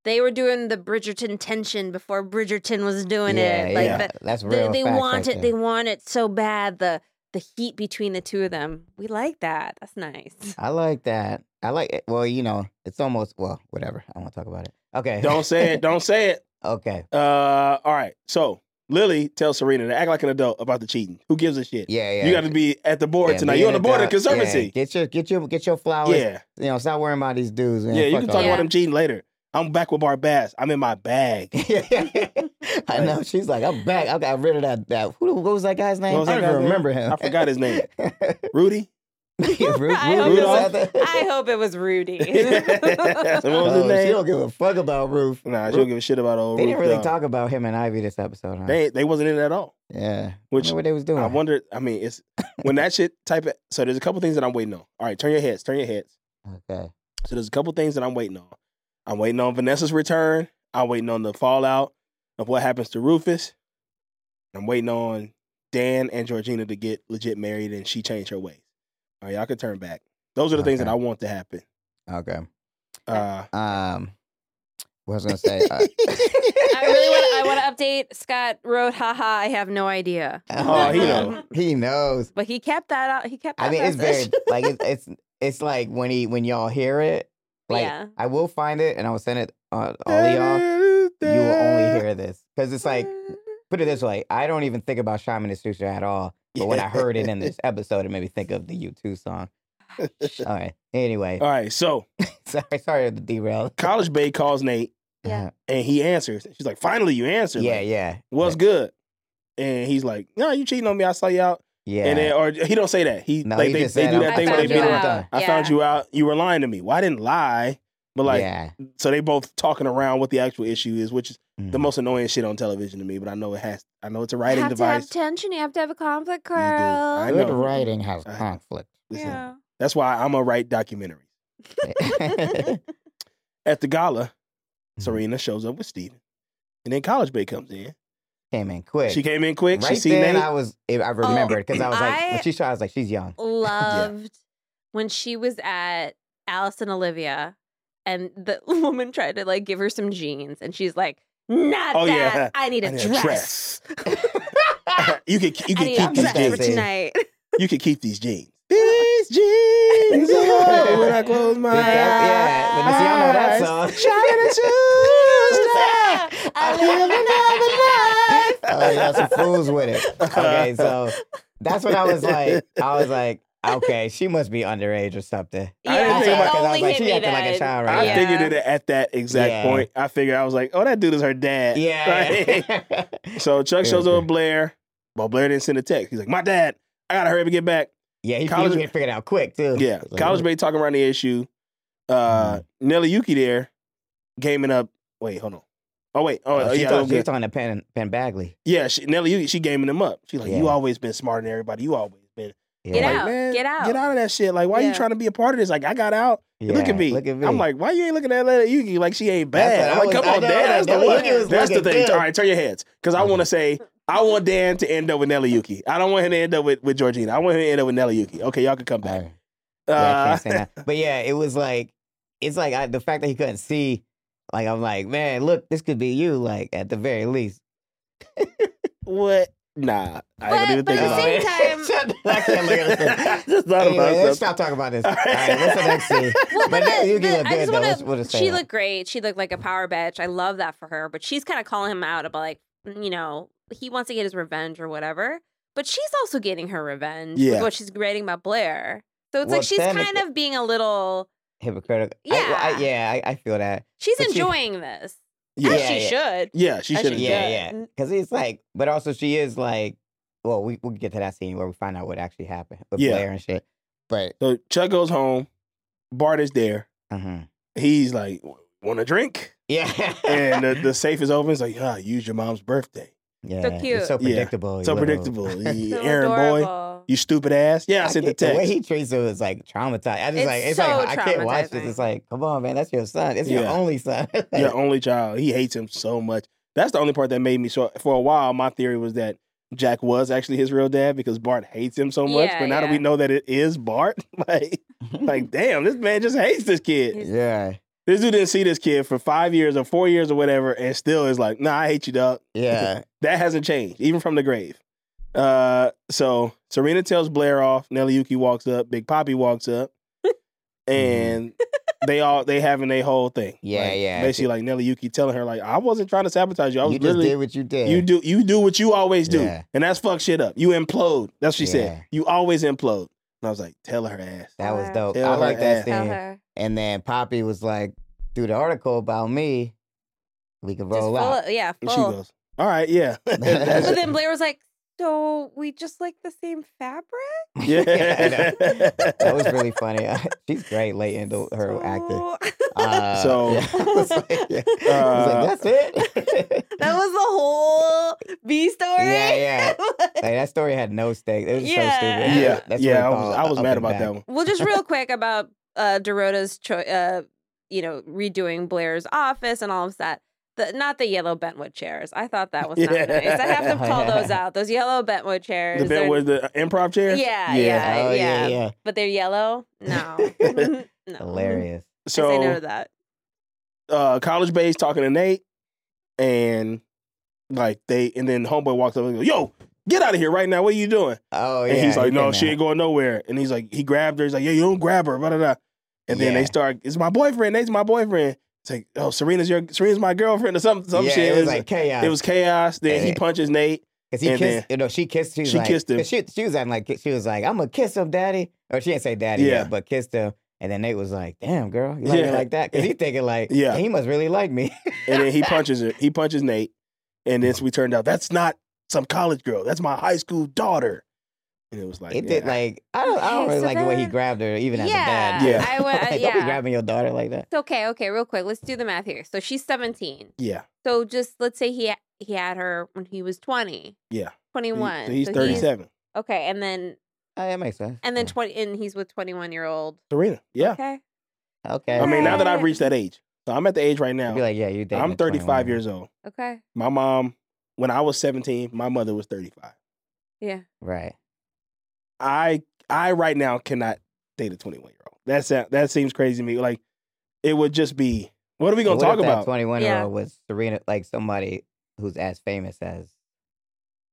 They were doing the Bridgerton tension before Bridgerton was doing
yeah,
it. Like
yeah.
the,
That's
they-
real
they
facts
want
right
it. They
there.
want it so bad. The the heat between the two of them. We like that. That's nice.
I like that. I like it. Well, you know, it's almost, well, whatever. I won't talk about it. Okay.
Don't say it. Don't say it.
Okay.
Uh, all right. So Lily tells Serena to act like an adult about the cheating. Who gives a shit?
Yeah, yeah.
You got to be at the board
Yeah,
tonight.
be
You're
an
on the board of
adult. Yeah,
conservancy.
Get your get your get your
Yeah,
flowers.
yeah.
You know, stop worrying about these dudes. Man.
you
Fuck
can
all
talk about
that.
him cheating later. I'm back with Barbass. I'm in my bag.
that. I know. She's like, I'm back. I got rid of that. That who? What was that guy's name?
What was that
I don't even
guy's name?
remember him.
I forgot his name. Rudy.
Ru- Ru-
I hope it
Rudolph?
was- I hope it was Rudy.
So what was his
Oh, she
name?
don't give a fuck about Roof.
Nah, she don't give a shit about old.
They didn't
Ruth,
really
though.
talk about him and Ivy this episode, huh?
They they wasn't in it at all.
yeah.
Which
I wonder what they was doing.
I wonder. I mean, it's when that shit type. Of, so there's a couple things that I'm waiting on. All right, turn your heads. Turn your heads.
okay.
So there's a couple things that I'm waiting on. I'm waiting on Vanessa's return. I'm waiting on the fallout of what happens to Rufus. I'm waiting on Dan and Georgina to get legit married and she changed her ways. All right, y'all can turn back. Those are the things
Okay.
that I want to happen.
Okay.
Uh,
Um, what I was gonna say. uh,
I really want. I want to update. Scott wrote, "Haha, I have no idea,"
Oh, he know.
He knows.
but he kept that out. He kept. That
I mean, it's very
message.
like it's it's it's like when he when y'all hear it, like
Yeah.
I will find it and I will send it uh, all of y'all. You will only hear this because it's like put it this way: I don't even think about Shaman and Sushi at all. But when I heard it in this episode, it made me think of the U two song. All right. Anyway,
All right, so
sorry, sorry to derail.
College Bay calls Nate
Yeah.
and he answers. She's like, finally, you answered.
yeah,
Like,
yeah,
What's good? And he's like, no, you cheating on me. I saw you out.
yeah.
And then, or he don't say that. He,
No,
like,
he
they,
just
they
said,
do
"I'm
that
I
thing where they
found
be
you
like,
out.
I
Yeah.
found you out. You were lying to me. Well, I didn't lie, but like,
yeah.
so they both talking around what the actual issue is, which is the
Mhm.
most annoying shit on television to me. But I know it has. I know it's a writing
you have
device.
to have tension. You have to have a conflict,
do. I
Carl.
good
know.
writing has
I-
conflict.
Listen,
Yeah.
That's why I'm gonna write documentaries.
yeah,
At the gala,
Mhm.
Serena shows up with Steven. and then College Bay comes in.
came in quick.
She came in quick. she
right
seen
then,
Nate.
I was I remembered because Oh, I was like,
I-
when she shot, I was like, she's young.
Loved when she was at Alice and Olivia, and the woman tried to like give her some jeans, and she's like, "Not
Oh,
that.
yeah.
I need a
I need a
dress.
you can you
I
can
need a
keep these
that
dress
jeans.
for
jeans.
tonight."
You can keep these jeans. These jeans. are when I close my
Did that- yeah, but see, I know that
eyes.
song.
Shining shoes.
I
live another life. Oh, yeah, some fools with it. Okay, so that's when I was like, I was like, okay, she must be underage or something.
Yeah,
I didn't
That's
think
why,
about-
'cause I was
Only
like,
hit
she
me
acting like a
then.
child
I
right
Yeah.
figured it at that exact
Yeah.
point. I figured I was like, oh, that dude is her dad.
now. Yeah.
Right? so Chuck shows
Yeah.
over Blair. Well, Blair didn't send a text. He's like, my dad. I gotta hurry up and get back.
yeah, he,
College-
he figured it out quick, too.
Yeah,
Like,
College Bay talking around the issue. Uh,
Mm-hmm.
Nelly Yuki there, gaming up. Wait, hold on. Oh wait. Oh,
Oh, she
yeah.
thought-
that was
she was
good.
talking to Penn, Penn Bagley.
Yeah, she, Nelly Yuki. She gaming him up. She's like, you
Yeah.
always been smarter than everybody. You always been.
Yeah.
Get
I'm
out.
Like, Man,
Get out.
Get out of that shit. Like, why you
Yeah.
trying to be a part of this? Like, I got out.
Yeah,
look at me.
Look at me.
I'm like, why you ain't looking at Nelly Yuki like she ain't bad?
That's
I'm
what
like,
I
come
was-
on,
I know,
Dan.
I
That's the
know.
one.
Look, it was
That's the
looking
thing.
good.
All right, turn your heads, because I want to say. I want Dan to end up with Nelly Yuki. I don't want him to end up with, with Georgina. I want him to end up with Nelly Yuki. Okay, y'all can come
All
back.
right. Yeah, I
Uh,
can't say that. But yeah, it was like it's like I, the fact that he couldn't see. Like I'm like, man, look, this could be you. Like at the very least,
what Nah, I
But-
ain't even
but
think
at the
about
same
it.
time-
Shut the- I can't look at this.
Just thought about
Anyway, let's
something.
stop talking about this. All right, what's the next scene?
Well,
but
but
now
the-
Yuki
the-
looked
I
good,
just
though.
wanna-
Let's, we'll just say
she
that.
looked great. She looked like a power bitch. I love that for her. But she's kind of calling him out about like, you know, he wants to get his revenge or whatever. But she's also getting her revenge. with
Yeah.
What she's writing about Blair. So it's
Well,
like she's
technically-
kind of being a little.
hypocritical. I- well, I,
Yeah.
yeah, I, I feel that.
She's
But she-
enjoying this.
Yeah.
As
Yeah,
she
yeah.
should. As
Yeah,
should.
yeah. Because it's like, but also she is like, well, we we'll get to that scene where we find out what actually happened with
Yeah.
Blair and shit. But
so Chuck goes home. Bart is there. He's like, "Want a drink?"
uh-huh. Yeah.
and the, the safe is open. It's like, "Ah, use your mom's birthday."
Yeah, So it's cute. so
Yeah,
predictable,
So
you little-
predictable. You
So
Aaron boy,
adorable.
you stupid ass. Yeah, I,
I
sent the
get- The way
text.
he treats her is like traumatized. I just
It's
like, it's
so
like, I can't watch this. It's like, come on, man, that's your son. It's your
Yeah.
only son.
Your only child. He hates him so much. That's the only part that made me so. For a while, my theory was that Jack was actually his real dad because Bart hates him so much.
Yeah,
but now that
yeah.
we know that it is Bart, like, like damn, this man just hates this kid.
Yeah.
This dude didn't see this kid for five years or four years or whatever, and still is like, "Nah, I hate you, dog."
Yeah.
that hasn't changed, even from the grave. Uh, so Serena tells Blair off. Nelly Yuki walks up. Big Poppy walks up, and they all they having a whole thing.
Yeah,
Like,
yeah.
Basically, like Nelly Yuki telling her, like, "I wasn't trying to sabotage you. I was
You just
literally
did what you did.
You do you do what you always do,
Yeah.
and that's fuck shit up. You implode. That's what she
Yeah.
said. You always implode." And I was like, "Tell her ass."
That was dope.
Tell
I
her
like that
ass.
Tell
scene.
her.
And then Poppy was like, "Do the article about me, we can roll
full
out."
of- yeah,
And
full.
"All right, yeah."
But then Blair was like, "So we just like the same fabric."
Yeah.
that was really funny. She's great late into her acting. Uh,
Oh.
So- uh,
yeah, I was like, yeah. I was like, that's it.
Uh, That was the whole B story.
Yeah, yeah. Like, that story had no stakes. It was so stupid.
Yeah.
that's
Yeah,
what
I was-
call
I was
up
mad
and
about
back.
that one.
well, just real quick about uh, Dorota's, cho- uh, you know, redoing Blair's office and all of that. The, not the yellow Bentwood chairs. I thought that was not
Yeah.
nice. I have to
Oh,
call those out. Those yellow Bentwood chairs.
The
they're-
bit was the improv chair.
Yeah, yeah,
Oh,
Uh, yeah, Mm-hmm. But they're yellow. No.
Hilarious.
I say
So
no to that.
uh, college base talking to Nate, and like they, and then homeboy walks up and goes, "Yo, get out of here right now! What are you doing?"
Oh
And
yeah,
he's like,
he
"No,
did
she
that.
ain't going nowhere." And he's like, he grabbed her. He's like, "Yeah, you don't grab her." Blah, blah, blah. And then
Yeah.
they start, "It's my boyfriend. Nate's my boyfriend." It's like, "Oh, Serena's your Serena's my girlfriend or some some
Yeah,
shit."
it was like chaos.
It was chaos. Then
And
he
it-
punches Nate.
Cause he
and then-
kissed, you know, she kissed. She, was
She
like,
kissed him.
'cause She, she was acting like she was like, "I'm gonna kiss him, daddy," or she didn't say daddy,
Yeah.
yet, but kissed him. And then Nate was like, "Damn, girl, you like
Yeah.
me like that?" Because he thinking like,
Yeah.
"Yeah, he must really like me."
and then he punches her. He punches Nate, and then we turned out that's not some college girl. That's my high school daughter. And it was like
it
yeah.
did like I don't, I don't
Okay,
really
so
like the way he
then-
grabbed her, even as a
Yeah,
dad.
Yeah.
I would- uh,
Like, Don't be
yeah.
grabbing your daughter like that.
It's okay. Okay, real quick. Let's do the math here. So she's 17.
Yeah,
So just let's say he he had her when he was 20,
yeah.
21.
So he's
So
thirty seven.
Okay, and then
Oh, that makes sense.
and then 20 and he's with 21 year old.
Serena. Yeah.
Okay.
Okay.
I mean, now that I've reached that age, so I'm at the age right now.
Be like, yeah, you. dating
I'm
a
35
21.
years old.
Okay.
My mom, when I was 17, my mother was 35.
Yeah.
Right.
I I right now cannot date a 21 year old. That's that seems crazy to me. Like it would just be. What are we gonna
What
talk
if
about?
That 21
Yeah.
year old was Serena, like somebody who's as famous as.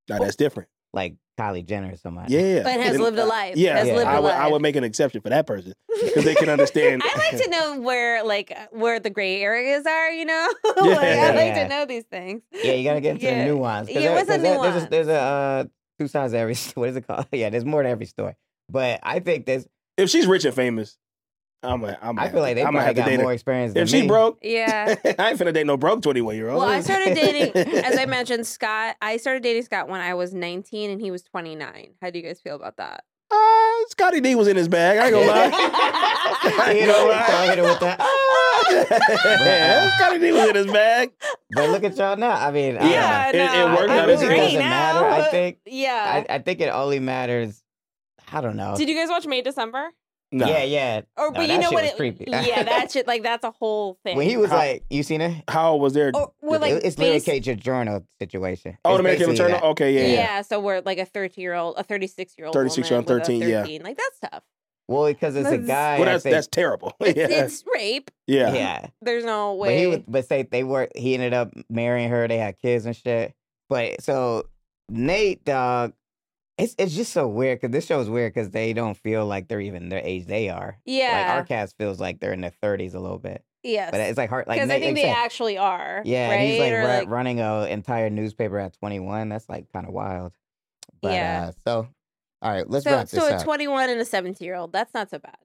Now that's different.
Like Kylie Jenner or somebody.
Yeah, uh,
But has lived a life.
Yeah,
Has lived
I
a
would, I
life.
would make an exception for that person because they can understand.
I like to know where like uh, where the gray areas are, you know? like,
Yeah.
I like
Yeah.
to know these things.
Yeah, you gotta get into
Yeah.
the nuance. 'cause
Yeah,
there-
what's the
'cause there-
nuance?
There's a, there's a uh, two sides to every. What is it called? Yeah, there's more to every story. But I think there's.
If she's rich and famous, I'm. A, I'm.
I feel like they
I'm
probably
have to
got
date her.
more experience
If
than
she
me.
broke,
Yeah.
I ain't finna date no broke 21 year old.
Well, I started dating as I mentioned Scott. I started dating Scott when I was 19 and he was 29. How do you guys feel about that?
Uh, Scotty D was in his bag. I ain't gonna lie. I ain't gonna lie.
hit her with that.
Yeah, Scotty D was in his bag.
But look at y'all now. I mean,
Yeah,
I don't know.
it- it worked
I,
out
I
as
really
it
doesn't
was.
matter. I think.
Yeah.
I, I think it only matters. I don't know.
Did you guys watch May December?
Yeah, yeah.
Or
No,
but you
that
know
shit
what
was
it,
creepy.
Yeah, that shit like that's a whole thing.
When he was like, you seen it?
How old was there?
Oh, well, like,
it's literally
base-
Kate Journal situation.
Oh,
It's
to make him
basically
eternal.
that.
Okay, yeah, yeah.
so we're like a 30 year old, a 36 year old,
36
woman
year old,
with a
13, yeah.
13. Like that's tough.
Well, because it's a
That's-
guy.
Well,
I
that's
think.
that's terrible. yeah.
It's rape.
yeah,
Yeah.
There's no
But he
way.
was, but say they were. He ended up marrying her. They had kids and shit. But so Nate, dog, it's it's just so weird because this show is weird because they don't feel like they're even their age they are.
Yeah.
like our cast feels like they're in their thirties a little bit.
Yes.
but it's like hard. Like
because I
Nate-
think
like
they
you said,
actually are.
Yeah,
right?
and he's like,
Or,
ru- running a entire newspaper at 21. That's like kind of wild. But,
Yeah.
Uh, so, all right, let's
so,
wrap this
so a
up.
21 and a 17 year old. That's not so bad.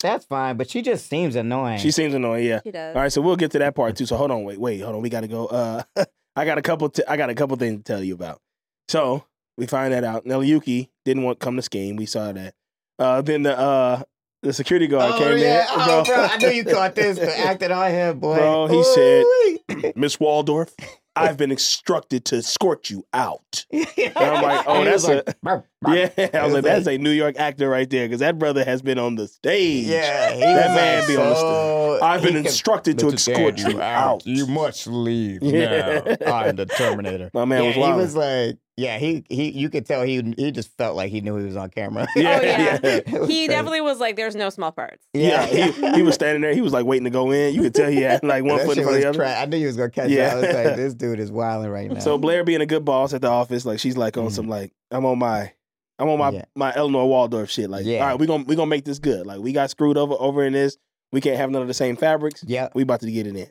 That's fine, but she just seems annoying.
She seems annoying. Yeah.
She does.
All right, so we'll get to that part too. So hold on, wait, wait, hold on. We gotta go. Uh, I got a couple. T- I got a couple things to tell you about. So we find that out. Nellyuki didn't want come to scheme. We saw that. Uh, then the uh, the security guard
Oh,
came
yeah.
in.
Oh, bro, I knew you caught this, but acting on him, boy.
Bro, he
Ooh-wee.
said, "Miss Waldorf, I've been instructed to escort you out." And I'm like, "Oh,
And he
that's
was
a."
like, "Burp, burp."
Yeah, I was
It
like,
was
that's
like-
a New York actor right there, because that brother has been on the stage.
Yeah, he
that
was
man
like,
be on the
"So
stage. I've been
he can-
instructed to
Mr.
escort
Daniel
you out.
You must leave
Yeah.
now. I'm the Terminator.
My man
yeah,
was
he
wild.
was like, yeah, he he. You could tell he he just felt like he knew he was on camera.
Yeah,
Oh, yeah.
yeah.
It was
He
crazy.
definitely was like, there's no small parts.
Yeah, he, he was standing there. He was like waiting to go in. You could tell he had like one
That
foot in
shit
front of the
was
other.
tra- I knew he was gonna catch
Yeah.
yeah. I was like, this dude is wilding right now.
So Blair being a good boss at the office, like she's like on some like I'm on my I'm on my
Mm. Yeah.
my Eleanor Waldorf shit. Like,
Yeah.
all right, we gonna we gonna make this good. Like, we got screwed over over in this. We can't have none of the same fabrics.
yeah,
We about to get it in.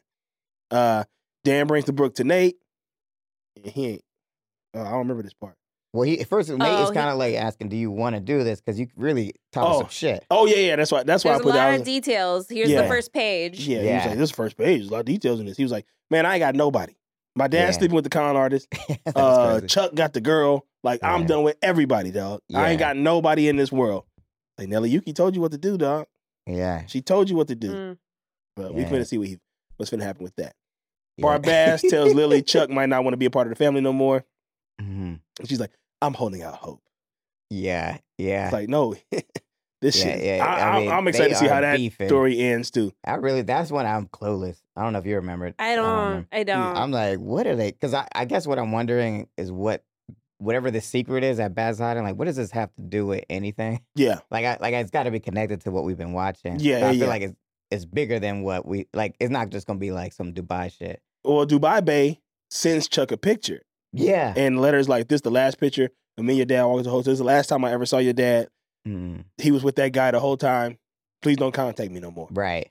Uh, Dan brings the brook to Nate. And he ain't. Uh, I don't remember this part.
well, he first Nate
Oh,
is
he-
kind of like asking, do you want to do this? Because you really talk
Oh.
some shit.
Oh yeah, yeah. That's why. That's why
There's
I
a
put that. I
lot
was
of
like-
details. Here's
Yeah.
the first page.
Yeah, he was
Yeah.
like, this is the first page. There's a lot of details in this. He was like, man, I ain't got nobody. My dad's
Yeah.
sleeping with the con artist.
That was
Uh,
crazy.
Chuck got the girl. Like, I'm
Yeah.
done with everybody, dog. I ain't
Yeah.
got nobody in this world. Like, Nelly Yuki told you what to do, dog.
yeah,
She told you what to do.
Mm.
But we
Yeah.
finna see what he, what's finna happen with that.
yeah.
Barbass tells Lily Chuck might not want to be a part of the family no more.
Mhm.
And she's like, I'm holding out hope.
Yeah, yeah.
It's like, no, this
Yeah,
shit.
yeah,
I,
I
I
mean,
am excited
they
to see
are
how that
beefing.
story ends, too.
I really, that's when I'm clueless. I don't know if you remembered.
I don't.
remember.
I don't.
Uh-huh. I'm like, what are they? Because I, I guess what I'm wondering is what, whatever the secret is at Baz Hiding, like, what does this have to do with anything?
Yeah.
Like, I, like it's got to be connected to what we've been watching.
Yeah,
So I
yeah,
feel
yeah.
like it's, it's bigger than what we like. It's not just gonna be like some Dubai shit.
Well, Dubai Bay sends Chuck a picture.
Yeah.
and letters like this the last picture of me and your dad walking to the hotel. This is the last time I ever saw your dad.
Mm,
He was with that guy the whole time. Please don't contact me no more.
right.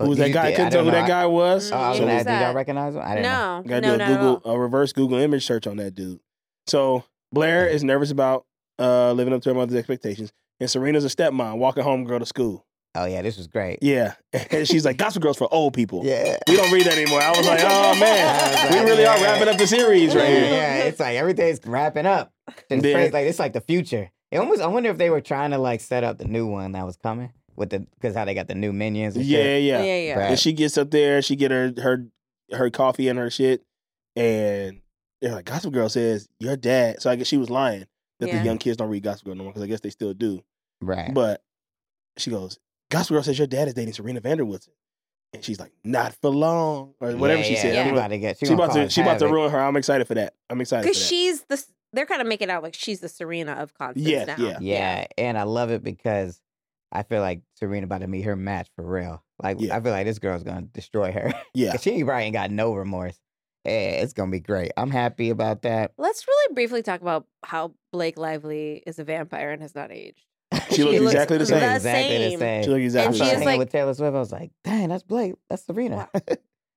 Who was that guy? I couldn't tell who that guy was.
Oh, I was
Who
gonna
was
ask, did y'all
that?
recognize him? I didn't know.
no,
Gotta
Mm-hmm. no,
do
not
a
at
Google, uh,
all.
a reverse Google image search on that dude. So Blair is nervous about uh, living up to her mother's expectations, and Serena's a stepmom walking home girl to school.
Oh yeah, this was great.
Yeah, and she's like, "Gospel girls for old people."
Yeah.
We don't read that anymore. I was like, "Oh man, we really are wrapping up the series right
yeah,
here."
yeah, it's like everything's wrapping up. It's
Yeah.
crazy, like it's like the future. It almost I wonder if they were trying to like set up the new one that was coming with the because how they got the new minions. And
Yeah,
shit.
yeah.
Yeah, yeah.
Right.
And she gets up there, she get her her her coffee and her shit, and they're like, Gossip Girl says your dad. So I guess she was lying that the
Yeah.
young kids don't read Gossip Girl no more because I guess they still do.
right.
But she goes, Gossip Girl says your dad is dating Serena Vanderwoodson, and she's like, not for long or whatever
Yeah,
she
yeah,
said.
Yeah.
I'm
She
like,
about to get.
She,
gonna
about to
cause
she about to
havoc.
ruin her. I'm excited for that. I'm excited for
Because
that.
she's the. They're kind of making out like she's the Serena of Constance
Yeah,
now.
yeah.
Yeah, and I love it because I feel like Serena about to meet her match for real. Like
Yeah.
I feel like this girl's gonna destroy her.
yeah,
she probably ain't got no remorse. Yeah, it's gonna be great. I'm happy about that.
Let's really briefly talk about how Blake Lively is a vampire and has not aged.
she looks
She looks
exactly the
the
same.
best.
Exactly
same.
the same.
She looks
I
And
exactly
was
she
the
is
same.
hanging
like-
with Taylor Swift. I was like, dang, that's Blake. That's Serena.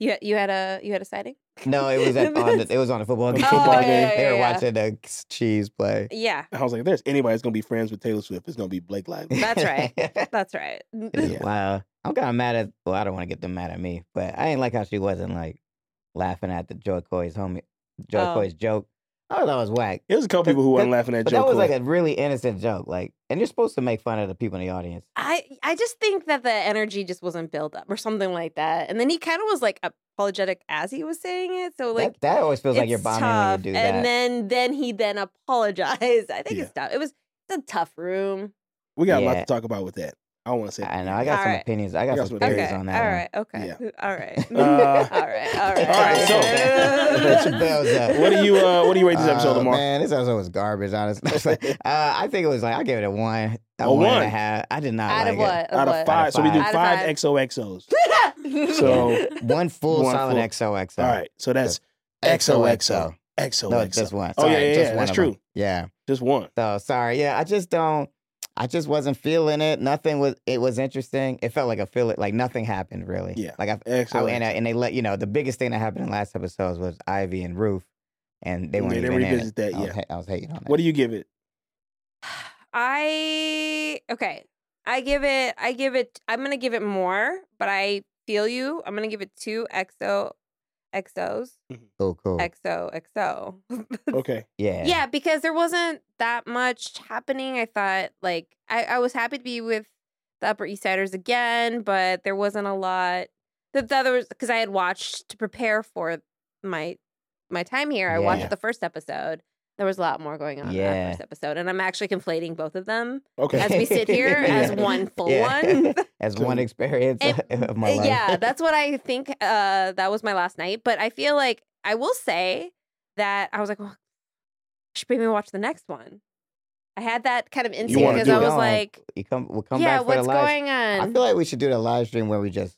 You you had a you had a sighting.
no, it was at, on the, it was on a football
On
game.
the football Oh, yeah, game.
yeah,
they were
yeah.
watching the Chiefs play.
Yeah,
I was like, if there's anybody that's gonna be friends with Taylor Swift, it's gonna be Blake Lively.
That's right. that's right.
Yeah.
Wow. I'm kind of mad at. Well, I don't want to get them mad at me, but I ain't like how she wasn't like laughing at the Joy Coy's homie, Joy
Oh.
Coy's joke. I thought that was whack.
It was a couple people who weren't laughing at
But
Joe.
that was
Coy.
like a really innocent joke. Like, and you're supposed to make fun of the people in the audience.
I I just think that the energy just wasn't built up or something like that. And then he kind of was like apologetic as he was saying it. So like
that, that always feels like you're
it's
bombing
tough.
when you do that.
and then then he then apologized. I think
Yeah.
it's tough. It was it's a tough room.
we got a lot
Yeah.
to talk about with that. I want to say.
I know. I got
All
some
right.
opinions. I got, some theories
Okay.
on that.
all
one.
right. Okay. All right.
Uh,
all right. All right.
All right, so-
Put your bells up.
What do you uh, what do you rate this episode,
Oh,
Lamar?
Man, this episode was garbage. Honestly, uh, I think it was like I gave it a one, a,
A
one and a
one?
half. I did not
out
like
of what?
out of
what?
five. So we do
Out of
five
five.
XOXOs.
five.
So
it. One full
One
solid
full.
XOXO.
all right, so that's XOXO. XOXO.
No, it's just one.
Oh, yeah,
Sorry,
yeah,
just
yeah,
one
that's
of 'em.
true.
Yeah,
just one.
So sorry. Yeah, I just don't. I just wasn't feeling it. Nothing was. It was interesting. It felt like a feel. Like nothing happened really.
Yeah.
Like I, I
Excellent.
Oh, and, I, and they let you know the biggest thing that happened in last episodes was Ivy and Roof, and they
Yeah,
weren't
they
even
revisit
in
that,
it. I was,
yeah.
ha- I was hating on it.
What do you give it?
I okay. I give it. I give it. I'm gonna give it more, but I feel you. I'm gonna give it two XO, XOs,
Cool, cool.
XO, XO.
Okay.
yeah.
yeah, because there wasn't that much happening. I thought like I, I was happy to be with the Upper East Siders again, but there wasn't a lot. The, the other was because I had watched to prepare for my my time here. I
Yeah.
watched the first episode. There was a lot more going on in
Yeah.
that first episode, and I'm actually conflating both of them
Okay.
as we sit here as
Yeah.
one full
Yeah.
one.
as one experience of my life.
Eh, Yeah, that's what I think. Uh, that was my last night, but I feel like I will say that I was like, well, I should maybe watch the next one. I had that kind of instinct
wanna
because
do
I
it.
was
No,
like,
you come. We'll come back
yeah,
for
what's
the live.
going on?
I feel like we should do a live stream where we just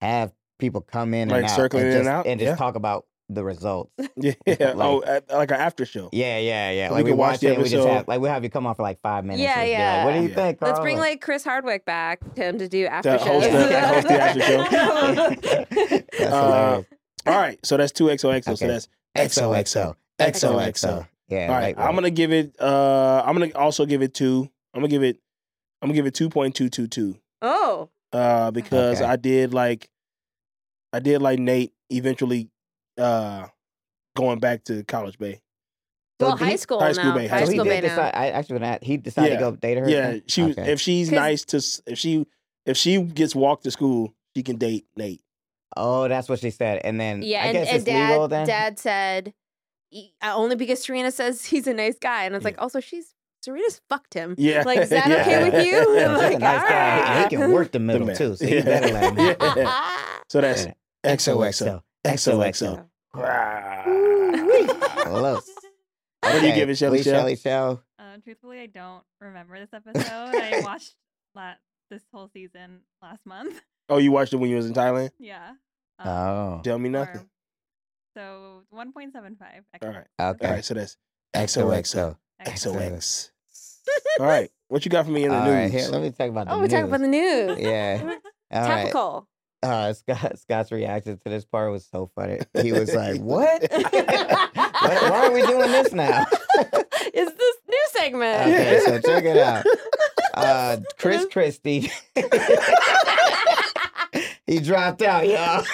have people come in
Like
and out
circling
and
in and
just,
out?
and just
Yeah.
talk about the results.
Yeah. oh, uh, like an after show.
Yeah, yeah, yeah.
So
like
we can watch the
it, we just
episode.
have, like we have you come on for like five minutes.
Yeah,
and be
yeah.
Like, what do you
Yeah.
think?
Let's
Carla?"
bring like Chris Hardwick back to him to do after
That host
shows.
the- that host the after show.
That's
Uh,
hilarious.
all right. So that's two XOXO.
Okay.
So that's XOXO. XOXO.
Yeah.
All right.
like,
I'm
like-
gonna give it. Uh, I'm gonna also give it two. I'm gonna give it. I'm gonna give it two point two two two.
oh,
Uh, because
Okay.
I did like, I did like Nate eventually, uh, going back to College Bay.
well,
he-
high school
high school
now.
Bay, high
high
so he
school
did
Bay now.
decide. I actually not. He decided
Yeah.
to go date her.
Yeah,
then?
she was.
Okay.
If she's
'Cause-
nice to, s- if she if she gets walked to school, she can date Nate.
oh, that's what she said. And then
Yeah,
I
and,
guess
and
it's
dad,
legal then.
dad said "E- uh, only because Serena says he's a nice guy, and I was like, also she's Serena's fucked him.
Yeah.
like is that
Yeah.
okay with you?
Yeah,
He's
like,
a nice guy. He- He,
alright.
can work the middle
man.
too. So you
Yeah.
better let him.
Yeah. So that's
Yeah.
XOXO. XOXO.
Close.
What do you give it, Shelly
please,
Shell?
Shelly Shell?
Uh, truthfully, I don't remember this episode. I watched la- this whole season last month.
Oh, you watched it when you was in Thailand?
Yeah. um,
Uh,
Oh.
Tell me
or-
Uh, nothing.
So 1.75.
All right.
Oh, Okay.
All right. So that's XOXO. XOX. All right. What you got for me in the
All
news?
right, here, let me talk about the
Oh, we're
news.
talking about the news.
Yeah. All right.
Topical.
Uh, Scott, Scott's reaction to this part was so funny. He was like, "What? Why- why are we doing this now?"
Is this new segment?
Okay, so check it out. Uh, Chris Christie, he dropped out, y'all.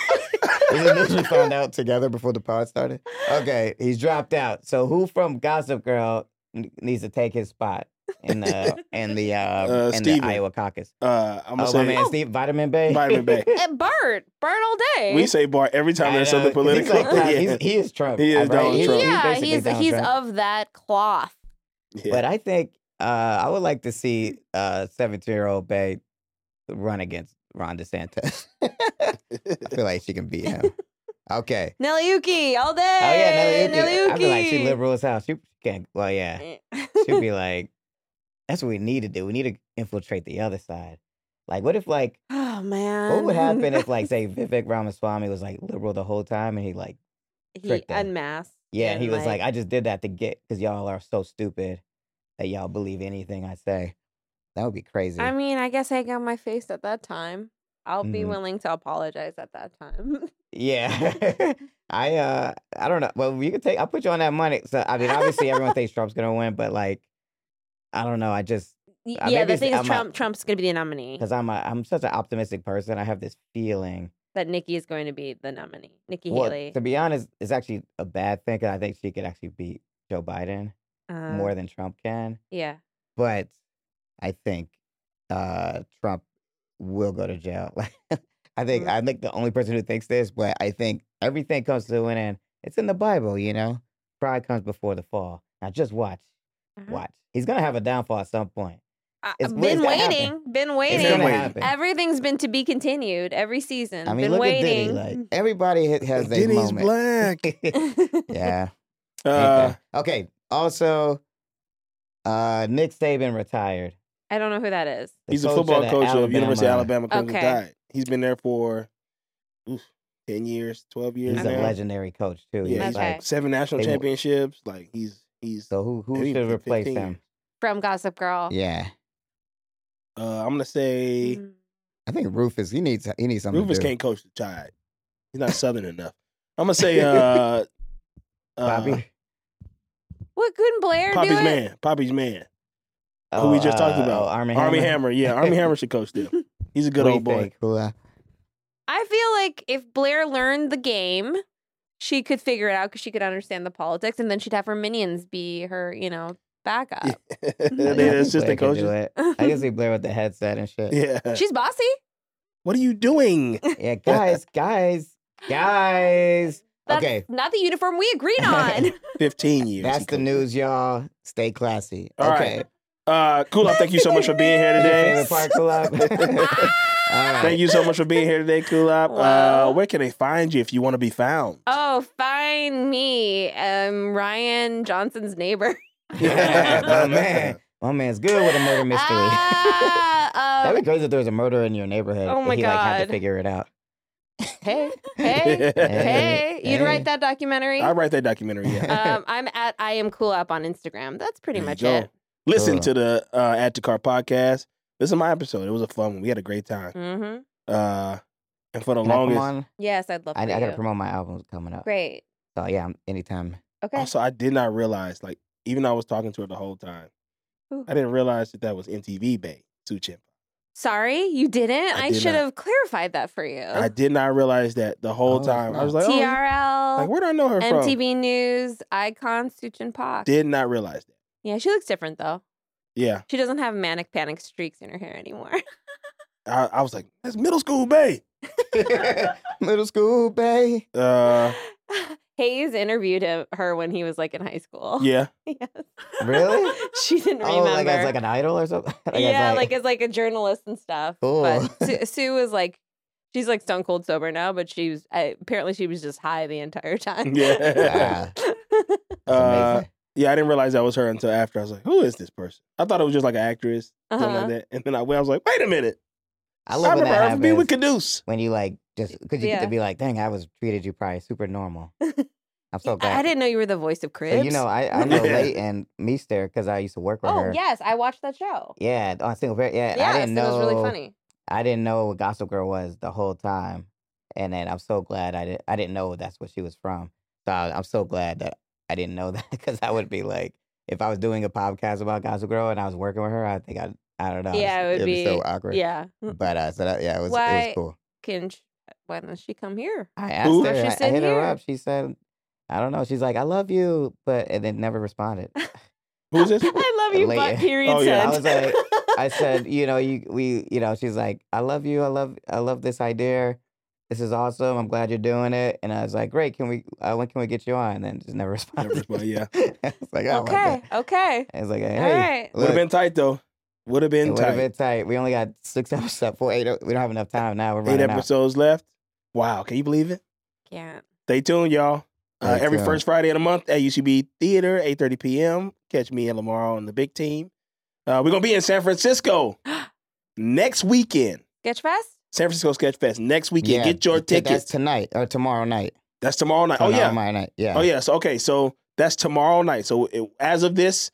Isn't this we found out together before the pod started? Okay, he's dropped out. So who from Gossip Girl n- needs to take his spot in the in the uh,
Uh,
in
Steven.
the Iowa caucus?
Uh, I'm gonna
oh, my
say
man, Steve, Vitamin Bay.
Vitamin Bay.
And Bart, Bart all day.
we say Bart every time
I
there's something
know, 'cause he's
political.
like Donald-
Yeah.
he's- he is Trump.
He is
right?
Donald Trump.
He's
yeah,
basically
he's
Donald
he's
Trump.
of that cloth.
Yeah.
But I think uh, I would like to see uh, 17 year old Bay run against Ron DeSantis. I feel like she can beat him. Okay.
Nelly Yuki all
Oh, yeah,
day.
Nelly Uki. I feel like she
Uki.
liberal as hell. She can't, well, yeah.
Eh.
She'd be like, that's what we need to do. We need to infiltrate the other side. Like, what if, like,
oh man.
what would happen if, like, say, Vivek Ramaswamy was, like, liberal the whole time and he, like,
he
tricked him?
unmasked?
Yeah,
and,
he was like, I just did that to get because y'all are so stupid that y'all believe anything I say. That would be crazy.
I mean, I guess I got my face at that time. I'll be
Mhm.
willing to apologize at that time.
yeah. I uh I don't know. Well, you could take I'll put you on that money. So I mean obviously everyone thinks Trump's gonna win, but like I don't know. I just
Y-
Uh,
yeah,
maybe
the
it's-
thing is,
I'm a-
Trump Trump's going to be the nominee.
because I'm a I'm such an optimistic person. I have this feeling.
That Nikki is going to be the nominee. Nikki
Well,
Haley.
to be honest, it's actually a bad thing 'cause I think she could actually beat Joe Biden
Uh,
more than Trump can.
Yeah.
but I think uh, Trump will go to jail. Like, I think
Mm.
I think the only person who thinks this, but I think everything comes to an end. It's in the Bible, you know. Pride comes before the fall. Now just watch,
Uh-huh.
watch. He's gonna have a downfall at some point.
I-
It's- it's
I've been
gonna
waiting. Been
It's
waiting.
gonna
waiting.
happen.
Everything's been to be continued every season.
I mean,
been
look
waiting.
at Diddy. Like everybody ha- has their
Diddy's
moment.
black.
yeah.
Uh,
ain't that- okay. Also, uh, Nick Saban retired.
I don't know who that is.
The
he's a
coach of
football
the
coach of University of Alabama. Clemson
Okay.
died. He's been there for oof, ten years, twelve years.
He's
now.
a legendary coach
Yeah,
too. He's
he's
Okay.
like,
like seven national
They-
championships. Like he's he's.
so who who
Maybe
should
fif-
replace
15
him?
from Gossip Girl.
Yeah,
Uh, I'm gonna
Mm-hmm.
say
I think Rufus. He needs he needs something.
Rufus
to do.
can't coach the child. He's not southern enough. I'm gonna say uh,
Bobby.
uh
What couldn't Blair
Poppy's
do it?
man. Poppy's man. who we just talked
uh,
about.
oh, Army
Army
Hammer?
Hammer. Yeah, Army Hammer should coach them. He's a good
What
old
do you
boy.
think? Who, uh,
I feel like if Blair learned the game, she could figure it out because she could understand the politics, and then she'd have her minions be her, you know, backup.
I
they
think
assistant
Blair can do
coaches.
it. I can see Blair with the headset and shit.
Yeah.
She's bossy.
what are you doing?
Yeah, guys, guys, guys.
That's
okay,
not the uniform we agreed on.
Fifteen years.
that's
he
the
coached.
news, y'all. Stay classy.
All right.
okay.
Uh, cool. Thank you so much for being here
Your
today.
favorite part club. All
Ah!
right.
Thank you so much for being here today, Kulop. Uh,
Wow.
where can they find you if you want to be found?
oh, find me, um, Ryan Johnson's neighbor.
My man, my man's good with a murder mystery.
Ah, um,
That'd be crazy if there was a murder in your neighborhood.
Oh
and
my
he, Like, had to
God.
figure it out.
hey, um, hey, hey! You'd
Hey.
write that documentary.
I write that documentary. Yeah.
um, I'm at I am cool up on Instagram. That's pretty
There you
much
go.
it.
Listen
Cool.
to the uh, Add to Car podcast. This is my episode. It was a fun one. We had a great time.
hmm
Uh, and for the
Can I come
longest,
on?
Yes, I'd love.
I, I
for
gotta
you.
promote my album coming up.
Great.
So yeah, I'm- anytime.
Okay.
also I did not realize, like, even though I was talking to her the whole time,
Ooh.
I didn't realize that that was MTV Bay Two Chimp.
Sorry, you didn't.
I
I,
did
should
not.
have clarified that for you.
I did not realize that the whole
Oh,
time. I was like, oh, yeah. like,
TRL,
where do I know her from?
MTV News, Icon, Suchin Pak.
Did not realize that.
yeah, she looks different though.
Yeah,
She doesn't have manic panic streaks in her hair anymore.
I, I was like, that's middle school Bay.
Middle school, bay.
Uh,
Hayes interviewed him, her when he was like in
Oh.
high school.
yeah,
Yes.
Really?
she didn't
Oh,
remember.
like as like an idol or something. Like as,
yeah, like, as like a journalist and stuff. But
Cool.
Sue, Sue was like, she's like stone cold sober now, but she was I, apparently she was just high the entire time.
Yeah.
that's
uh,
amazing.
yeah. I didn't realize that was her until after. I was like, who is this person? I thought it was just like an actress, something
Uh-huh.
like that. And then I went, I was like, wait a minute,
I
I,
love when
remember
that
her from being with
happens.
Caduce.
when you like just because you get to
Yeah.
be like, dang, I was treated you probably super normal. I'm so glad.
I didn't know you were the voice of Cribs.
So, you know, I, I know
Yeah.
late and Meester because I used to work with
oh
her.
yes, I watched that show.
Yeah, on single parent. Yeah, and
yes,
I didn't know.
it was really funny.
I didn't know what Gossip Girl was the whole time, and then I'm so glad I didn't. I didn't know that's what she was from. So I, I'm so glad that I didn't know that because I would be like, if I was doing a podcast about Gossip Girl and I was working with her, I think I, I don't know.
Yeah, it would
it'd be, so
be-
awkward.
Yeah,
But uh, so that, yeah, it was it
Why-
was cool.
can sh- why doesn't she come here?
I asked
Who?
her.
She
I, I
said
hit her
here.
up. She said, I don't know. She's like, I love you, but and then never responded.
Who's this?
I love you,
Late-
but period
Oh, yeah.
I
said.
was like, I said, you know, you we, you know, she's like, I love you, I love, I love this idea. This is awesome. I'm glad you're doing it. And I was like, great. Can we? Uh, when can we get you on? And then just never responded.
responded, yeah.
I was like, oh my
okay,
god.
okay,
I was like,
all
hey,
right.
Would have been tight though. Would have been
it would have
tight.
been tight. We only got six episodes, four, eight. We don't have enough time now. We're
Eight
running out.
episodes left. Wow, can you believe it?
Can't.
Stay tuned, y'all. Uh,
Stay
every
tuned.
first Friday of the month at UCB Theater, 8.30 p.m. Catch me and Lamar on the big team. Uh, we're going to be in San Francisco next weekend.
Sketch fest.
San Francisco Sketch Fest next weekend. Get your
t-
tickets.
That's tonight or tomorrow night.
That's tomorrow night. oh, yeah.
tomorrow night. Yeah.
Oh, yeah. So, okay. So that's tomorrow night. So it, as of this,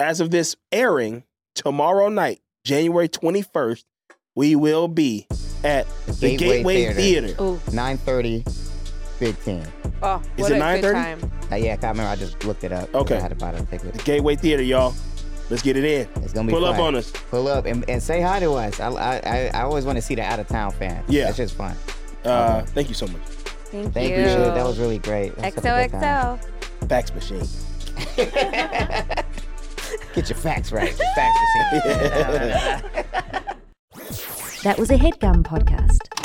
as of this airing, tomorrow night, January 21st, we will be at the
Gateway
Gateway
Theater.
Theater.
Ooh,
Nine thirty, fifteen.
oh,
Is
what
it
a good
9:30?
time.
Uh, yeah, 'cause I remember I just looked it up. 'cause
Okay.
I had to buy the
The
ticket.
Gateway Theater, y'all. Let's get it in.
It's gonna be
Pull up
fun.
on us.
pull up and, and say hi to us. I, I, I- I always want to see the out of town fans.
Yeah.
it's just fun.
Uh, thank you so much.
Thank,
Thank you. That was really great. That was such a good time.
XOXO.
Fax machine.
Get your facts right. Your facts receipt.
That was a headgum podcast.